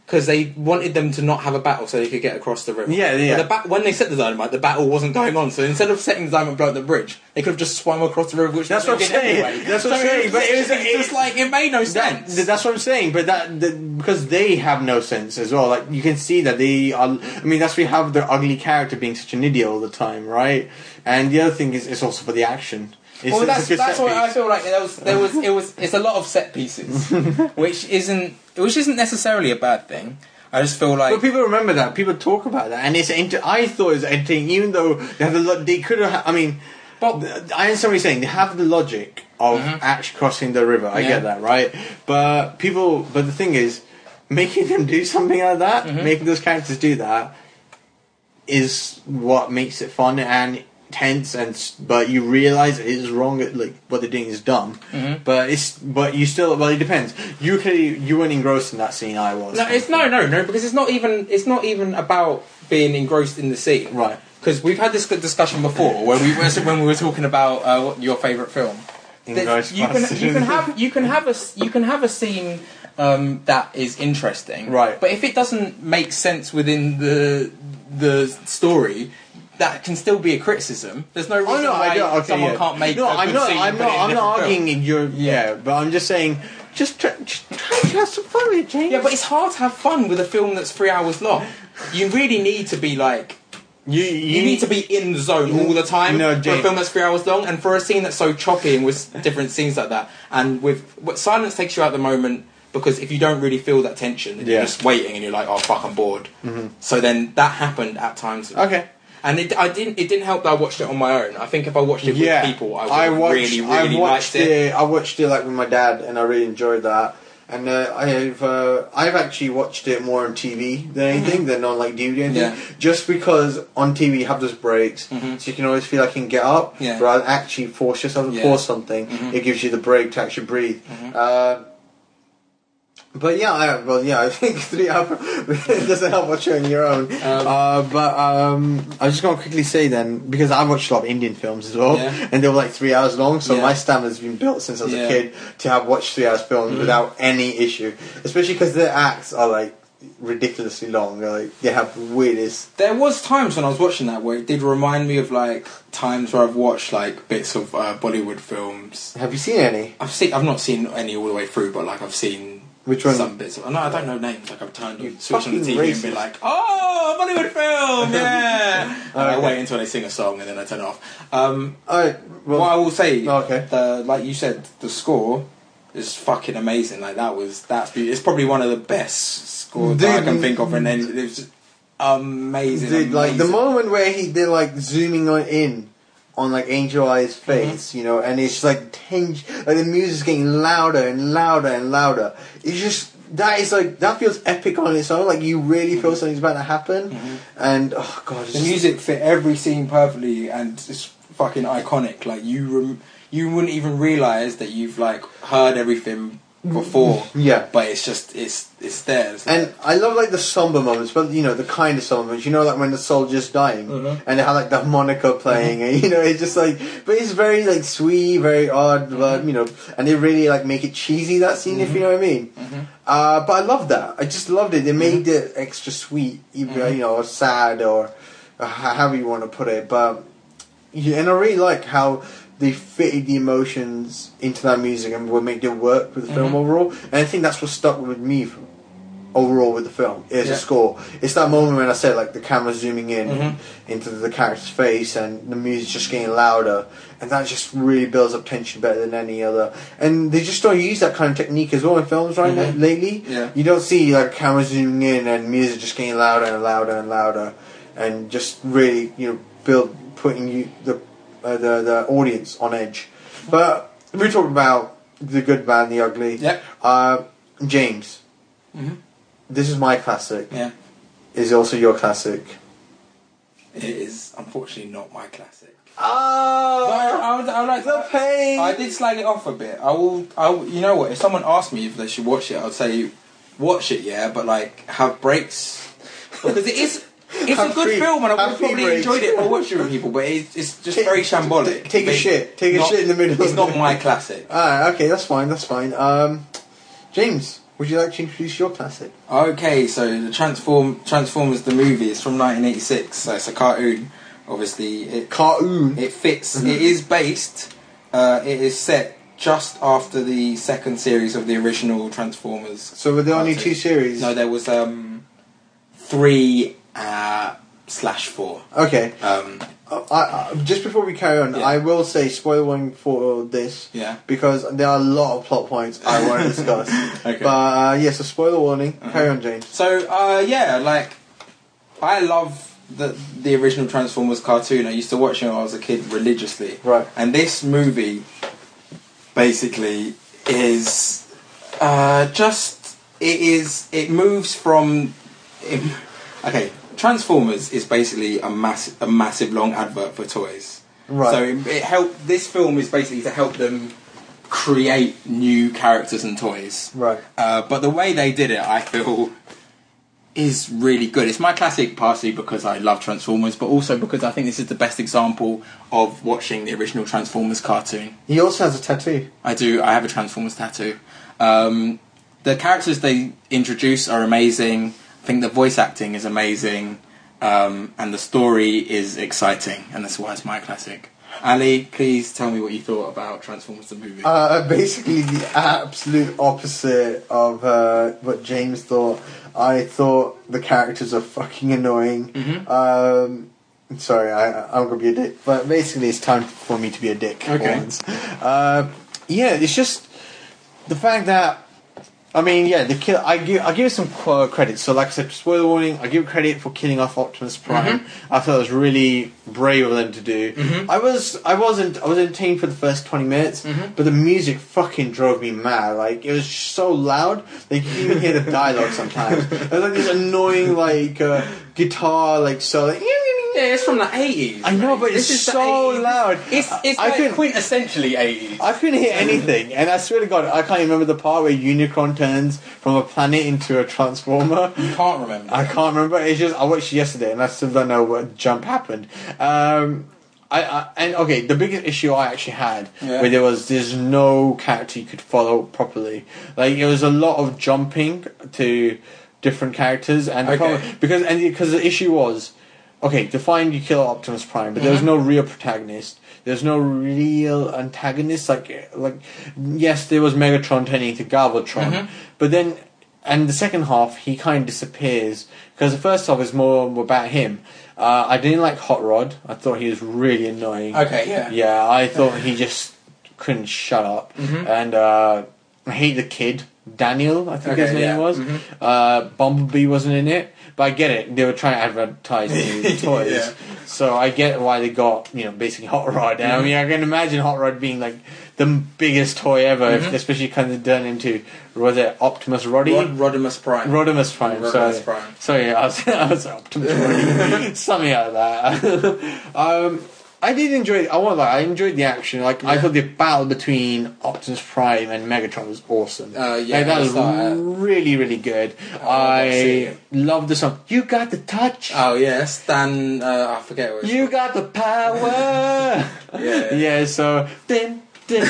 Speaker 3: Because they wanted them to not have a battle, so they could get across the river.
Speaker 2: Yeah, yeah.
Speaker 3: But the ba- when they set the dynamite, the battle wasn't going on. So instead of setting the dynamite blow up the bridge, they could have just swum across the river. Which
Speaker 2: That's
Speaker 3: they
Speaker 2: what I'm
Speaker 3: did
Speaker 2: saying.
Speaker 3: Anyway.
Speaker 2: That's what I'm
Speaker 3: So
Speaker 2: saying, but it was-
Speaker 3: it's just like it made no
Speaker 2: That,
Speaker 3: sense.
Speaker 2: th- that's what I'm saying, but that, that because they have no sense as well. Like you can see that they are. I mean, that's we have the ugly character being such an idiot all the time, right? And the other thing is, it's also for the action. It's,
Speaker 3: well,
Speaker 2: it's a
Speaker 3: that's
Speaker 2: good
Speaker 3: that's
Speaker 2: set
Speaker 3: what I
Speaker 2: piece.
Speaker 3: feel like. There was there was it was it's a lot of set pieces, which isn't which isn't necessarily a bad thing. I just feel like
Speaker 2: But people remember that. People talk about that, and it's. Inter- I thought it was entertaining, even though they have the. Lo- they could have. I mean,
Speaker 3: But- Mm-hmm.
Speaker 2: th- I understand what you're saying. They have the logic of actually crossing the river. I
Speaker 3: Yeah.
Speaker 2: get that, right? But people. But the thing is, making them do something like that,
Speaker 3: Mm-hmm.
Speaker 2: making those characters do that, is what makes it fun and tense and s- but you realize it's wrong like what they're doing is dumb
Speaker 3: Mm-hmm.
Speaker 2: but it's but you still well it depends you could you weren't engrossed in that scene i was
Speaker 3: No, it's no, no, no, because it's not even it's not even about being engrossed in the scene,
Speaker 2: Right.
Speaker 3: Because we've had this good discussion before when we were when we were talking about uh, what your favorite film. That
Speaker 2: Engrossed
Speaker 3: you can
Speaker 2: by
Speaker 3: you can
Speaker 2: the-
Speaker 3: have you can have a s- you can have a scene um, that is interesting,
Speaker 2: Right.
Speaker 3: But if it doesn't make sense within the the story. That can still be a criticism. There's no reason
Speaker 2: Oh no,
Speaker 3: why
Speaker 2: I don't. Okay,
Speaker 3: someone
Speaker 2: yeah.
Speaker 3: can't make.
Speaker 2: No,
Speaker 3: a
Speaker 2: I'm
Speaker 3: good
Speaker 2: not.
Speaker 3: Scene
Speaker 2: I'm
Speaker 3: but
Speaker 2: not.
Speaker 3: in a
Speaker 2: I'm not
Speaker 3: different film.
Speaker 2: arguing you're. Yeah. but I'm just saying. Just try, just try to have some fun with it, James.
Speaker 3: Yeah, but it's hard to have fun with a film that's three hours long. You really need to be like
Speaker 2: you, you,
Speaker 3: You need to be in the zone all the time
Speaker 2: No,
Speaker 3: for a
Speaker 2: Jake.
Speaker 3: film that's three hours long, and for a scene that's so choppy and with different scenes like that, and with what silence takes you out of the moment because if you don't really feel that tension, then you're
Speaker 2: Yeah. Mm-hmm.
Speaker 3: just waiting and you're like, oh fuck, I'm bored. So then that happened at times.
Speaker 2: Okay.
Speaker 3: And it, I didn't. It didn't help that I watched it on my own. I think if I watched it with
Speaker 2: Yeah.
Speaker 3: people, I, would
Speaker 2: I watched.
Speaker 3: really, really
Speaker 2: I watched
Speaker 3: liked it.
Speaker 2: I watched it like with my dad, and I really enjoyed that. And uh, I've uh, I've actually watched it more on TV than anything than on like DVD. or anything.
Speaker 3: Mm-hmm. Yeah. Mm-hmm.
Speaker 2: Just because on TV you have those breaks, so you can always feel like you can get up,
Speaker 3: Yeah.
Speaker 2: rather than actually force yourself to
Speaker 3: Yeah. Mm-hmm.
Speaker 2: pause something. It gives you the break to actually breathe. Uh, But yeah, I, well, yeah, I think three hours it doesn't help watching on your own. uh, but um, I was just gonna quickly say then because I watched a lot of Indian films as well,
Speaker 3: Yeah.
Speaker 2: and they were like three hours long, so
Speaker 3: Yeah.
Speaker 2: my stamina's been built since I was
Speaker 3: Yeah. Mm-hmm.
Speaker 2: a kid to have watched three hours films without any issue, especially because their acts are like ridiculously long. They're, like they have weirdest.
Speaker 3: There was times when I was watching that where it did remind me of like times where I've watched like bits of uh, Bollywood films
Speaker 2: Have you seen any?
Speaker 3: I've seen. I've not seen any all the way through, but like I've seen
Speaker 2: Which one?
Speaker 3: some bits. Of, no, I don't know names. Like I've turned
Speaker 2: You
Speaker 3: on, switched on the
Speaker 2: fucking
Speaker 3: TV and
Speaker 2: racist.
Speaker 3: been like, "Oh, Bollywood film, yeah." and I
Speaker 2: Okay.
Speaker 3: wait until they sing a song and then I turn it off. Um,
Speaker 2: I well, oh,
Speaker 3: what I will say,
Speaker 2: Okay.
Speaker 3: the, like you said, the score is fucking amazing. Like that was that's beautiful. it's probably one of the best scores that I
Speaker 2: Dude,
Speaker 3: can think of, and then it was just amazing.
Speaker 2: Dude, like the
Speaker 3: amazing.
Speaker 2: moment where he did like zooming on in on like Angel Eye's
Speaker 3: Mm-hmm.
Speaker 2: face, you know, and it's just, like tinge, like the music's getting louder and louder and louder. It's just that is like that feels epic on its own. Like you really feel something's about to happen, and oh god,
Speaker 3: Mm-hmm. the
Speaker 2: it's just-
Speaker 3: music fit every scene perfectly and it's fucking iconic like you rem- you wouldn't even realize that you've like heard everything before
Speaker 2: Yeah.
Speaker 3: but it's just it's it's there It's like-
Speaker 2: And I love like the somber moments, but you know the kind of somber moments. You know, like when the soldier's dying,
Speaker 3: Uh-huh.
Speaker 2: and they have like the harmonica playing, and you know it's just like, but it's very like sweet, very odd, but
Speaker 3: Mm-hmm.
Speaker 2: you know, and they really like make it cheesy that scene, if you know what I mean.
Speaker 3: Mm-hmm.
Speaker 2: Uh, but I love that. I just loved it. They made it extra sweet, even
Speaker 3: Mm-hmm.
Speaker 2: you know, or sad or uh, however you want to put it. But yeah, and I really like how they fitted the emotions into that music and what made it work with the film
Speaker 3: Mm-hmm.
Speaker 2: overall. And I think that's what stuck with me f- overall with the film is
Speaker 3: Yeah.
Speaker 2: the score. It's that moment when I said like the camera zooming in
Speaker 3: Mm-hmm.
Speaker 2: into the character's face and the music just getting louder, and that just really builds up tension better than any other. And they just don't use that kind of technique as well in films right now, lately.
Speaker 3: Mm-hmm. Yeah.
Speaker 2: You don't see like camera zooming in and music just getting louder and louder and louder, and just really you know build putting you the uh, the the audience on edge. But we talked about the good, bad, and the ugly.
Speaker 3: Yep. Mm-hmm.
Speaker 2: Uh, James, this is my classic.
Speaker 3: yeah
Speaker 2: Is also your classic.
Speaker 3: it is unfortunately not my classic but
Speaker 2: Oh,
Speaker 3: I, I, would, I would like
Speaker 2: the pain.
Speaker 3: I did slag it off a bit. I will. I will- you know what? If someone asked me if they should watch it, I'd say watch it, yeah, but like have breaks because it is. It's a
Speaker 2: Have
Speaker 3: good
Speaker 2: free-
Speaker 3: film, and I
Speaker 2: have
Speaker 3: would
Speaker 2: free
Speaker 3: probably
Speaker 2: breaks.
Speaker 3: enjoyed it if I watched it with people. But it's, it's just
Speaker 2: Take-
Speaker 3: very shambolic.
Speaker 2: take a
Speaker 3: They-
Speaker 2: shit. Take a
Speaker 3: not-
Speaker 2: shit in the middle.
Speaker 3: It's not my classic.
Speaker 2: Ah, okay, that's fine. That's fine. Um, James, would you like to introduce your classic?
Speaker 3: Okay, so the Transform Transformers the movie is from 1986. So it's a cartoon. Obviously, it
Speaker 2: Cartoon.
Speaker 3: It fits.
Speaker 2: Mm-hmm.
Speaker 3: it is based. Uh, it is set just after the second series of the original Transformers.
Speaker 2: So were there only
Speaker 3: cartoon.
Speaker 2: two series?
Speaker 3: No, there was um, three uh, slash four.
Speaker 2: Okay.
Speaker 3: Um,
Speaker 2: Uh, I, I, just before we carry on,
Speaker 3: Yeah.
Speaker 2: I will say spoiler warning for this.
Speaker 3: Yeah.
Speaker 2: Because there are a lot of plot points I want to discuss.
Speaker 3: Okay. Uh-huh.
Speaker 2: But uh, yeah, so spoiler warning. Carry on, James.
Speaker 3: So uh, yeah, like I love the the original Transformers cartoon. I used to watch it when I was a kid religiously.
Speaker 2: Right.
Speaker 3: And this movie basically is uh, just it is it moves from it, okay Transformers is basically a mass a massive long advert for toys.
Speaker 2: Right.
Speaker 3: So it, it helped. This film is basically to help them create new characters and toys.
Speaker 2: Right.
Speaker 3: Uh, but the way they did it, I feel, is really good. It's my classic, partly because I love Transformers, but also because I think this is the best example of watching the original Transformers cartoon.
Speaker 2: He also has a tattoo.
Speaker 3: I do. I have a Transformers tattoo. Um, the characters they introduce are amazing. I think the voice acting is amazing, um, and the story is exciting, and that's why it's my classic. Ali, please tell me what you thought about Transformers the movie.
Speaker 2: Uh, basically, the absolute opposite of uh, what James thought. I thought the characters are fucking annoying.
Speaker 3: Mm-hmm.
Speaker 2: Um, sorry, I, I'm gonna be a dick, but basically, it's time for me to be a dick. for
Speaker 3: Okay.
Speaker 2: once. Uh, yeah, it's just the fact that I mean, yeah, the kill. I give I give it some qu- credit. So, like I said, spoiler warning. I give it credit for killing off Optimus Prime.
Speaker 3: Mm-hmm.
Speaker 2: I thought it was really brave of them to do. I was I wasn't I was entertained for the first twenty minutes,
Speaker 3: Mm-hmm.
Speaker 2: but the music fucking drove me mad. Like it was so loud that you could even hear the dialogue sometimes. It was like this annoying like uh, guitar like so. Like,
Speaker 3: Yeah, it's from the eighties.
Speaker 2: I know, but it's
Speaker 3: the
Speaker 2: so
Speaker 3: 80s.
Speaker 2: loud.
Speaker 3: It's it's
Speaker 2: I
Speaker 3: like
Speaker 2: couldn't-
Speaker 3: quintessentially eighties.
Speaker 2: I couldn't hear anything, and I swear to God, I can't remember the part where Unicron turns from a planet into a transformer.
Speaker 3: Can't remember.
Speaker 2: I can't remember. It's just I watched it yesterday, and I still don't know what jump happened. Um, I, I and okay, the biggest issue I actually had
Speaker 3: Yeah.
Speaker 2: with it was there's no character you could follow properly. Like it was a lot of jumping to different characters, and the
Speaker 3: Okay.
Speaker 2: problem, because and because the issue was. Okay, define you kill Optimus Prime, but there was no real protagonist. There's no real antagonist. Like, like yes, there was Megatron turning into Galvatron,
Speaker 3: Mm-hmm.
Speaker 2: but then, and the second half he kind of disappears because the first half is more about him. Uh, I didn't like Hot Rod. I thought he was really annoying.
Speaker 3: Okay, yeah. Mm-hmm.
Speaker 2: Yeah, I thought he just couldn't shut up, and uh, I hate the kid Daniel. I think
Speaker 3: Okay,
Speaker 2: his name
Speaker 3: yeah.
Speaker 2: was. Uh, Bumblebee wasn't in it, but I get it. They were trying to advertise new toys,
Speaker 3: Yeah.
Speaker 2: so I get why they got you know basically Hot Rod. And I mean, I can imagine Hot Rod being like the m- biggest toy ever, if, especially kind of turned into was it Optimus Roddy?
Speaker 3: Rod- Rodimus Prime.
Speaker 2: Rodimus Prime.
Speaker 3: Rodimus
Speaker 2: sorry.
Speaker 3: Prime.
Speaker 2: Sorry, I was, I was Optimus Prime. Something like that. um, I did enjoy. I won't lie. I enjoyed the action. Like I thought the battle between Optimus Prime and Megatron was awesome.
Speaker 3: Uh, yeah,
Speaker 2: like, that
Speaker 3: I
Speaker 2: was
Speaker 3: saw that.
Speaker 2: really really good.
Speaker 3: I've seen
Speaker 2: I
Speaker 3: it.
Speaker 2: love the song. You got the touch.
Speaker 3: oh yeah, Stan. Uh, I forget what. It's
Speaker 2: you got the power.
Speaker 3: Yeah.
Speaker 2: Yeah. So din din.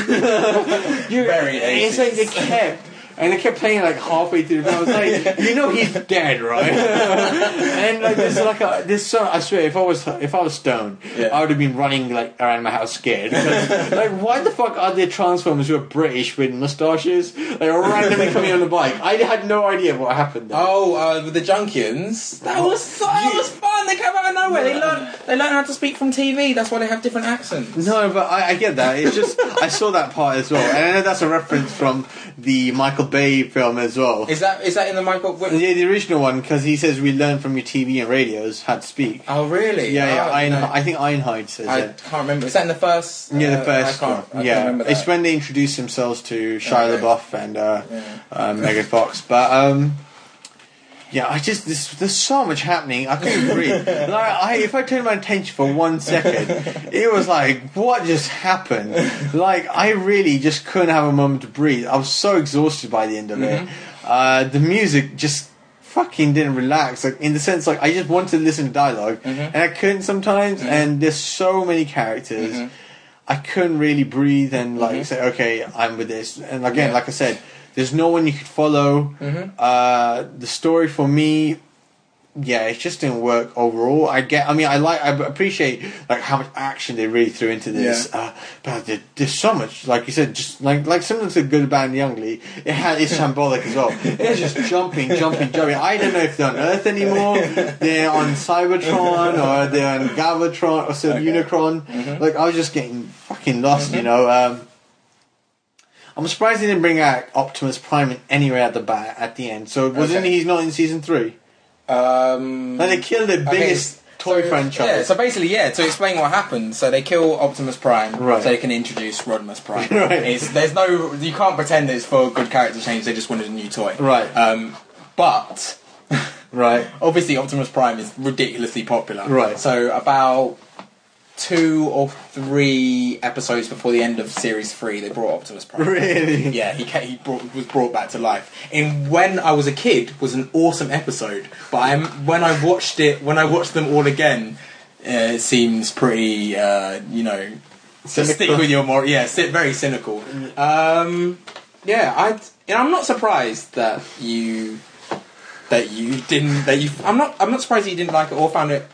Speaker 2: you,
Speaker 3: Very
Speaker 2: It's like they kept. And they kept playing like halfway through, and I was like, "You know he's dead, right?" and like there's like a this so I swear, if I was if I was stoned,
Speaker 3: Yeah.
Speaker 2: I would have been running like around my house scared. 'Cause, like, why the fuck are there Transformers who are British with mustaches like randomly coming on the bike? I had no idea what happened. There.
Speaker 3: Oh, uh, with the Junkians. That was so, that was fun. They came out of nowhere. They learn they learn how to speak from TV. That's why they have different accents.
Speaker 2: No, but I, I get that. It's just I saw that part as well, and I know that's a reference from the Michael Bay film as well.
Speaker 3: Is that is that in the Michael? Wi-
Speaker 2: yeah, the original one because he says we learn from your TV and radios how to speak.
Speaker 3: Oh really?
Speaker 2: yeah, yeah.
Speaker 3: Oh,
Speaker 2: Iron,
Speaker 3: no.
Speaker 2: I think Ironhide says
Speaker 3: I
Speaker 2: it.
Speaker 3: can't remember. Is that in the first?
Speaker 2: Yeah,
Speaker 3: uh,
Speaker 2: the first
Speaker 3: I
Speaker 2: one.
Speaker 3: can't, I can't
Speaker 2: yeah,
Speaker 3: remember that.
Speaker 2: it's when they introduce themselves to Shia
Speaker 3: Okay.
Speaker 2: LaBeouf and uh,
Speaker 3: Yeah.
Speaker 2: uh, Megan Fox. But um, yeah, I just there's, there's so much happening. I couldn't breathe. Like, I, if I turned my attention for one second, it was like, what just happened? Like, I really just couldn't have a moment to breathe. I was so exhausted by the end of it.
Speaker 3: Mm-hmm.
Speaker 2: Uh, the music just fucking didn't relax. Like in the sense, like I just wanted to listen to dialog
Speaker 3: Mm-hmm.
Speaker 2: and I couldn't sometimes. And there's so many characters.
Speaker 3: Mm-hmm.
Speaker 2: I couldn't really breathe and like say, okay, I'm with this. And again,
Speaker 3: Yeah.
Speaker 2: like I said, there's no one you could follow. Uh, the story for me yeah, it just didn't work overall. I get, I mean, I like, I appreciate like how much action they really threw into this, uh, but there, there's so much, like you said, just like like similar to Good Bad and Youngly, it had it's shambolic as well. It's just jumping, jumping, jumping. I don't know if they're on Earth anymore. They're on Cybertron or they're on Galvatron or so Unicron. Like I was just getting fucking lost, you know. Um, I'm surprised they didn't bring out Optimus Prime in anywhere at the bat at the end. So wasn't
Speaker 3: Okay.
Speaker 2: he's not in season three?
Speaker 3: Um,
Speaker 2: Like they killed the
Speaker 3: Okay,
Speaker 2: biggest toy franchise.
Speaker 3: Yeah, so basically, yeah, to explain what happened, so they kill Optimus Prime
Speaker 2: Right.
Speaker 3: so they can introduce Rodimus Prime.
Speaker 2: Right.
Speaker 3: It's, there's no, you can't pretend that it's for good character change, they just wanted a new toy.
Speaker 2: Right.
Speaker 3: Um, but,
Speaker 2: right.
Speaker 3: obviously, Optimus Prime is ridiculously popular.
Speaker 2: Right.
Speaker 3: So, about two or three episodes before the end of series three, they brought Optimus Prime.
Speaker 2: Really?
Speaker 3: Yeah, he ca he brought, was brought back to life. And when I was a kid, was an awesome episode. But I'm, when I watched it, when I watched them all again, uh, it seems pretty, uh, you know, so stick with your more. Yeah, sit very cynical. Um, yeah, I and I'm not surprised that you that you didn't that you. I'm not. I'm not surprised that you didn't like it or found it.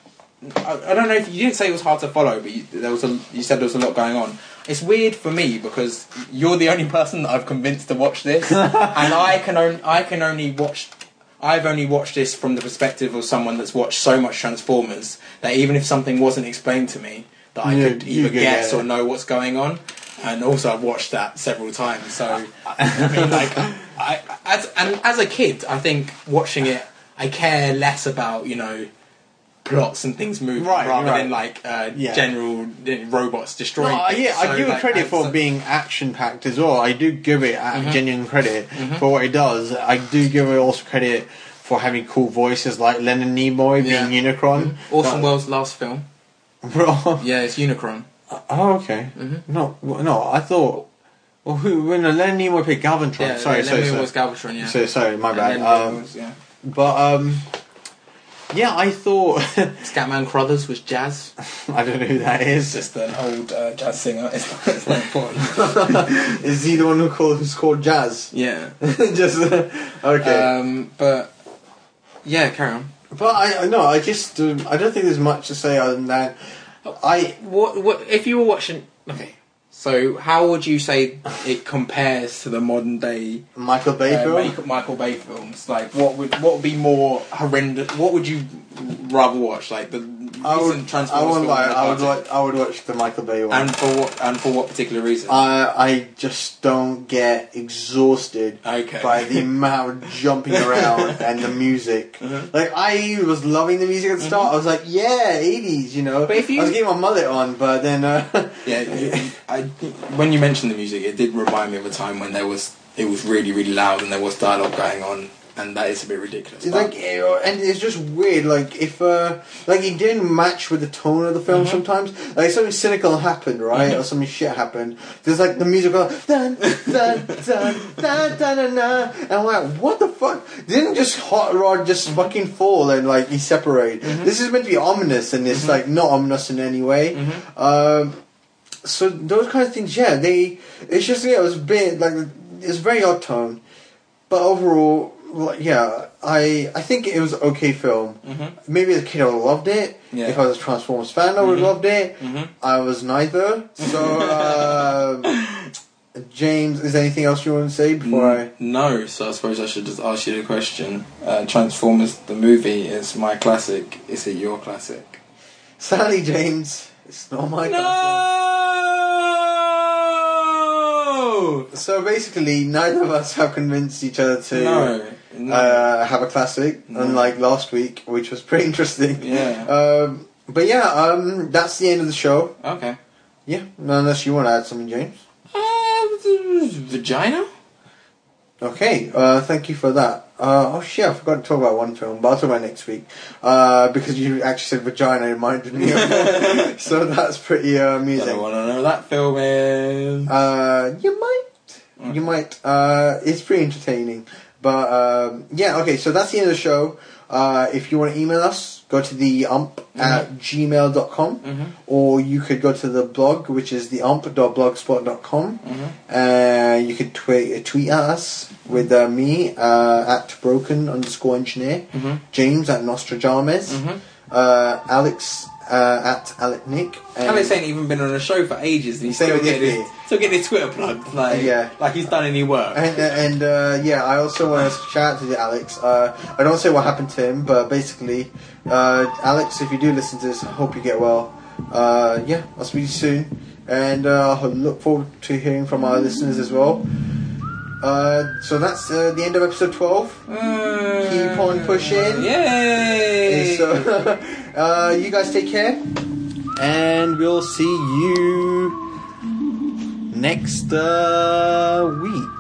Speaker 3: I, I don't know if you didn't say it was hard to follow, but you, there was a. You said there was a lot going on. It's weird for me because you're the only person that I've convinced to watch this, and I can on, I can only watch. I've only watched this from the perspective of someone that's watched so much Transformers that even if something wasn't explained to me, that I
Speaker 2: Yeah,
Speaker 3: could
Speaker 2: you
Speaker 3: either
Speaker 2: could
Speaker 3: guess
Speaker 2: get it.
Speaker 3: or know what's going on. And also, I've watched that several times, so I mean, like, I, as and as a kid, I think watching it, I care less about you know plots and things moving
Speaker 2: Right,
Speaker 3: rather
Speaker 2: right.
Speaker 3: than like uh,
Speaker 2: Yeah.
Speaker 3: general uh, robots destroying.
Speaker 2: Oh,
Speaker 3: things.
Speaker 2: yeah,
Speaker 3: So,
Speaker 2: I give
Speaker 3: like,
Speaker 2: it credit
Speaker 3: and
Speaker 2: for
Speaker 3: so- Mm-hmm.
Speaker 2: being action packed as well. I do give it a genuine credit for what it does. I do give it also credit for having cool voices like Leonard Nimoy
Speaker 3: Yeah. Mm-hmm.
Speaker 2: being Unicron.
Speaker 3: Orson Welles' last film.
Speaker 2: Bro.
Speaker 3: Yeah, it's Unicron.
Speaker 2: Oh, okay.
Speaker 3: Mm-hmm.
Speaker 2: No, well, no, I thought. Well, who, when Leonard Nimoy played Galvatron.
Speaker 3: Yeah,
Speaker 2: sorry,
Speaker 3: Lemmy
Speaker 2: sorry, sorry.
Speaker 3: was Galvatron. Yeah.
Speaker 2: So- sorry, my
Speaker 3: And
Speaker 2: bad.
Speaker 3: then
Speaker 2: Um,
Speaker 3: was, yeah.
Speaker 2: But, um. Yeah, I thought.
Speaker 3: Scatman Crothers was Jazz.
Speaker 2: I don't know who that is.
Speaker 3: Just an old uh, jazz singer. It's not, it's not important.
Speaker 2: Is he the one who called, who's called Jazz?
Speaker 3: Yeah.
Speaker 2: Just. uh, Okay.
Speaker 3: Um, but yeah, carry on.
Speaker 2: But I I know I just um, I don't think there's much to say other than that. I
Speaker 3: What what if you were watching? Okay, so how would you say it compares to the modern day
Speaker 2: Michael Bay
Speaker 3: uh,
Speaker 2: film.
Speaker 3: Michael, Michael Bay films? Like, what would what would be more horrendous? What would you rather watch? Like the
Speaker 2: I
Speaker 3: recent
Speaker 2: would I
Speaker 3: Transformers film
Speaker 2: would like I would
Speaker 3: Antarctic?
Speaker 2: watch I would watch the Michael Bay one.
Speaker 3: and for what and for what particular reason?
Speaker 2: I I just don't get exhausted
Speaker 3: Okay.
Speaker 2: by the amount of jumping around and the music.
Speaker 3: Uh-huh.
Speaker 2: Like I was loving the music at the start. I was like, yeah, eighties, you know.
Speaker 3: Mm-hmm. But if you-
Speaker 2: I was getting my mullet on, but then uh,
Speaker 3: Yeah, you- I, when you mentioned the music, it did remind me of a time when there was it was really really loud and there was dialogue going on, and that is a bit ridiculous.
Speaker 2: It's
Speaker 3: but-
Speaker 2: like eh, oh, and it's just weird like if uh like it didn't match with the tone of the film sometimes like something cynical happened right or something shit happened there's like the music going dun, dun, dun, dun, dun, dun, dun. and I'm like what the fuck didn't just Hot Rod just fucking fall and like he separate this is meant to be ominous and it's like not ominous in any way um so those kind of things, yeah, they. It's just yeah, it was a bit like it's very odd tone, but overall, like, yeah, I I think it was an okay film. Maybe as a kid I would have loved it.
Speaker 3: Mm-hmm. Yeah. Mm-hmm.
Speaker 2: If I was a Transformers fan, I would have loved it. I was neither. So uh, James, is there anything else you want to say before I?
Speaker 3: No, so I suppose I should just ask you the question. Uh, Transformers the movie is my classic. Is it your classic? Mm.
Speaker 2: Sadly, James, it's not my. concern.
Speaker 3: No.
Speaker 2: So basically, neither of us have convinced each other to.
Speaker 3: No. no.
Speaker 2: uh, have a classic, unlike last week, which was pretty interesting.
Speaker 3: Yeah.
Speaker 2: Um, but yeah, um, that's the end of the show.
Speaker 3: okay.
Speaker 2: Yeah, unless you want to add something, James.
Speaker 3: Uh,
Speaker 2: Um,
Speaker 3: vagina.
Speaker 2: Okay, uh, thank you for that. Uh, oh shit, I forgot to talk about one film, but I'll talk about it next week. Uh, because you actually said vagina, it reminded me of it. So that's pretty uh,
Speaker 3: I don't
Speaker 2: amusing.
Speaker 3: want to know that film is.
Speaker 2: Uh, you might. You might. Uh, it's pretty entertaining. But um, yeah, okay, so that's the end of the show. Uh, Uh, if you want to email us, go to the ump at gmail.com or you could go to the blog, which is the ump.blogspot.com. Uh, you could tweet, tweet at us with uh, me uh, at broken underscore engineer, James at Nostradamus, uh, Alex uh, at Alec Nick. and-
Speaker 6: Alex ain't even been on a show for ages and he's
Speaker 2: Same
Speaker 6: still
Speaker 2: with
Speaker 6: getting, his,
Speaker 2: Yippee.
Speaker 6: still getting his Twitter plugged. Like,
Speaker 2: Yeah.
Speaker 6: like he's done any work.
Speaker 2: And, and uh, yeah, I also want to shout out to the Alex. Uh, I don't say what happened to him, but basically, uh, Alex, if you do listen to this, I hope you get well. Uh, yeah, I'll speak to you soon, and uh, I look forward to hearing from our listeners as well. Uh, so that's uh, the end of episode twelve.
Speaker 6: Uh,
Speaker 2: Keep on pushing.
Speaker 6: Yay!
Speaker 2: So, uh, you guys take care, and we'll see you next uh, week.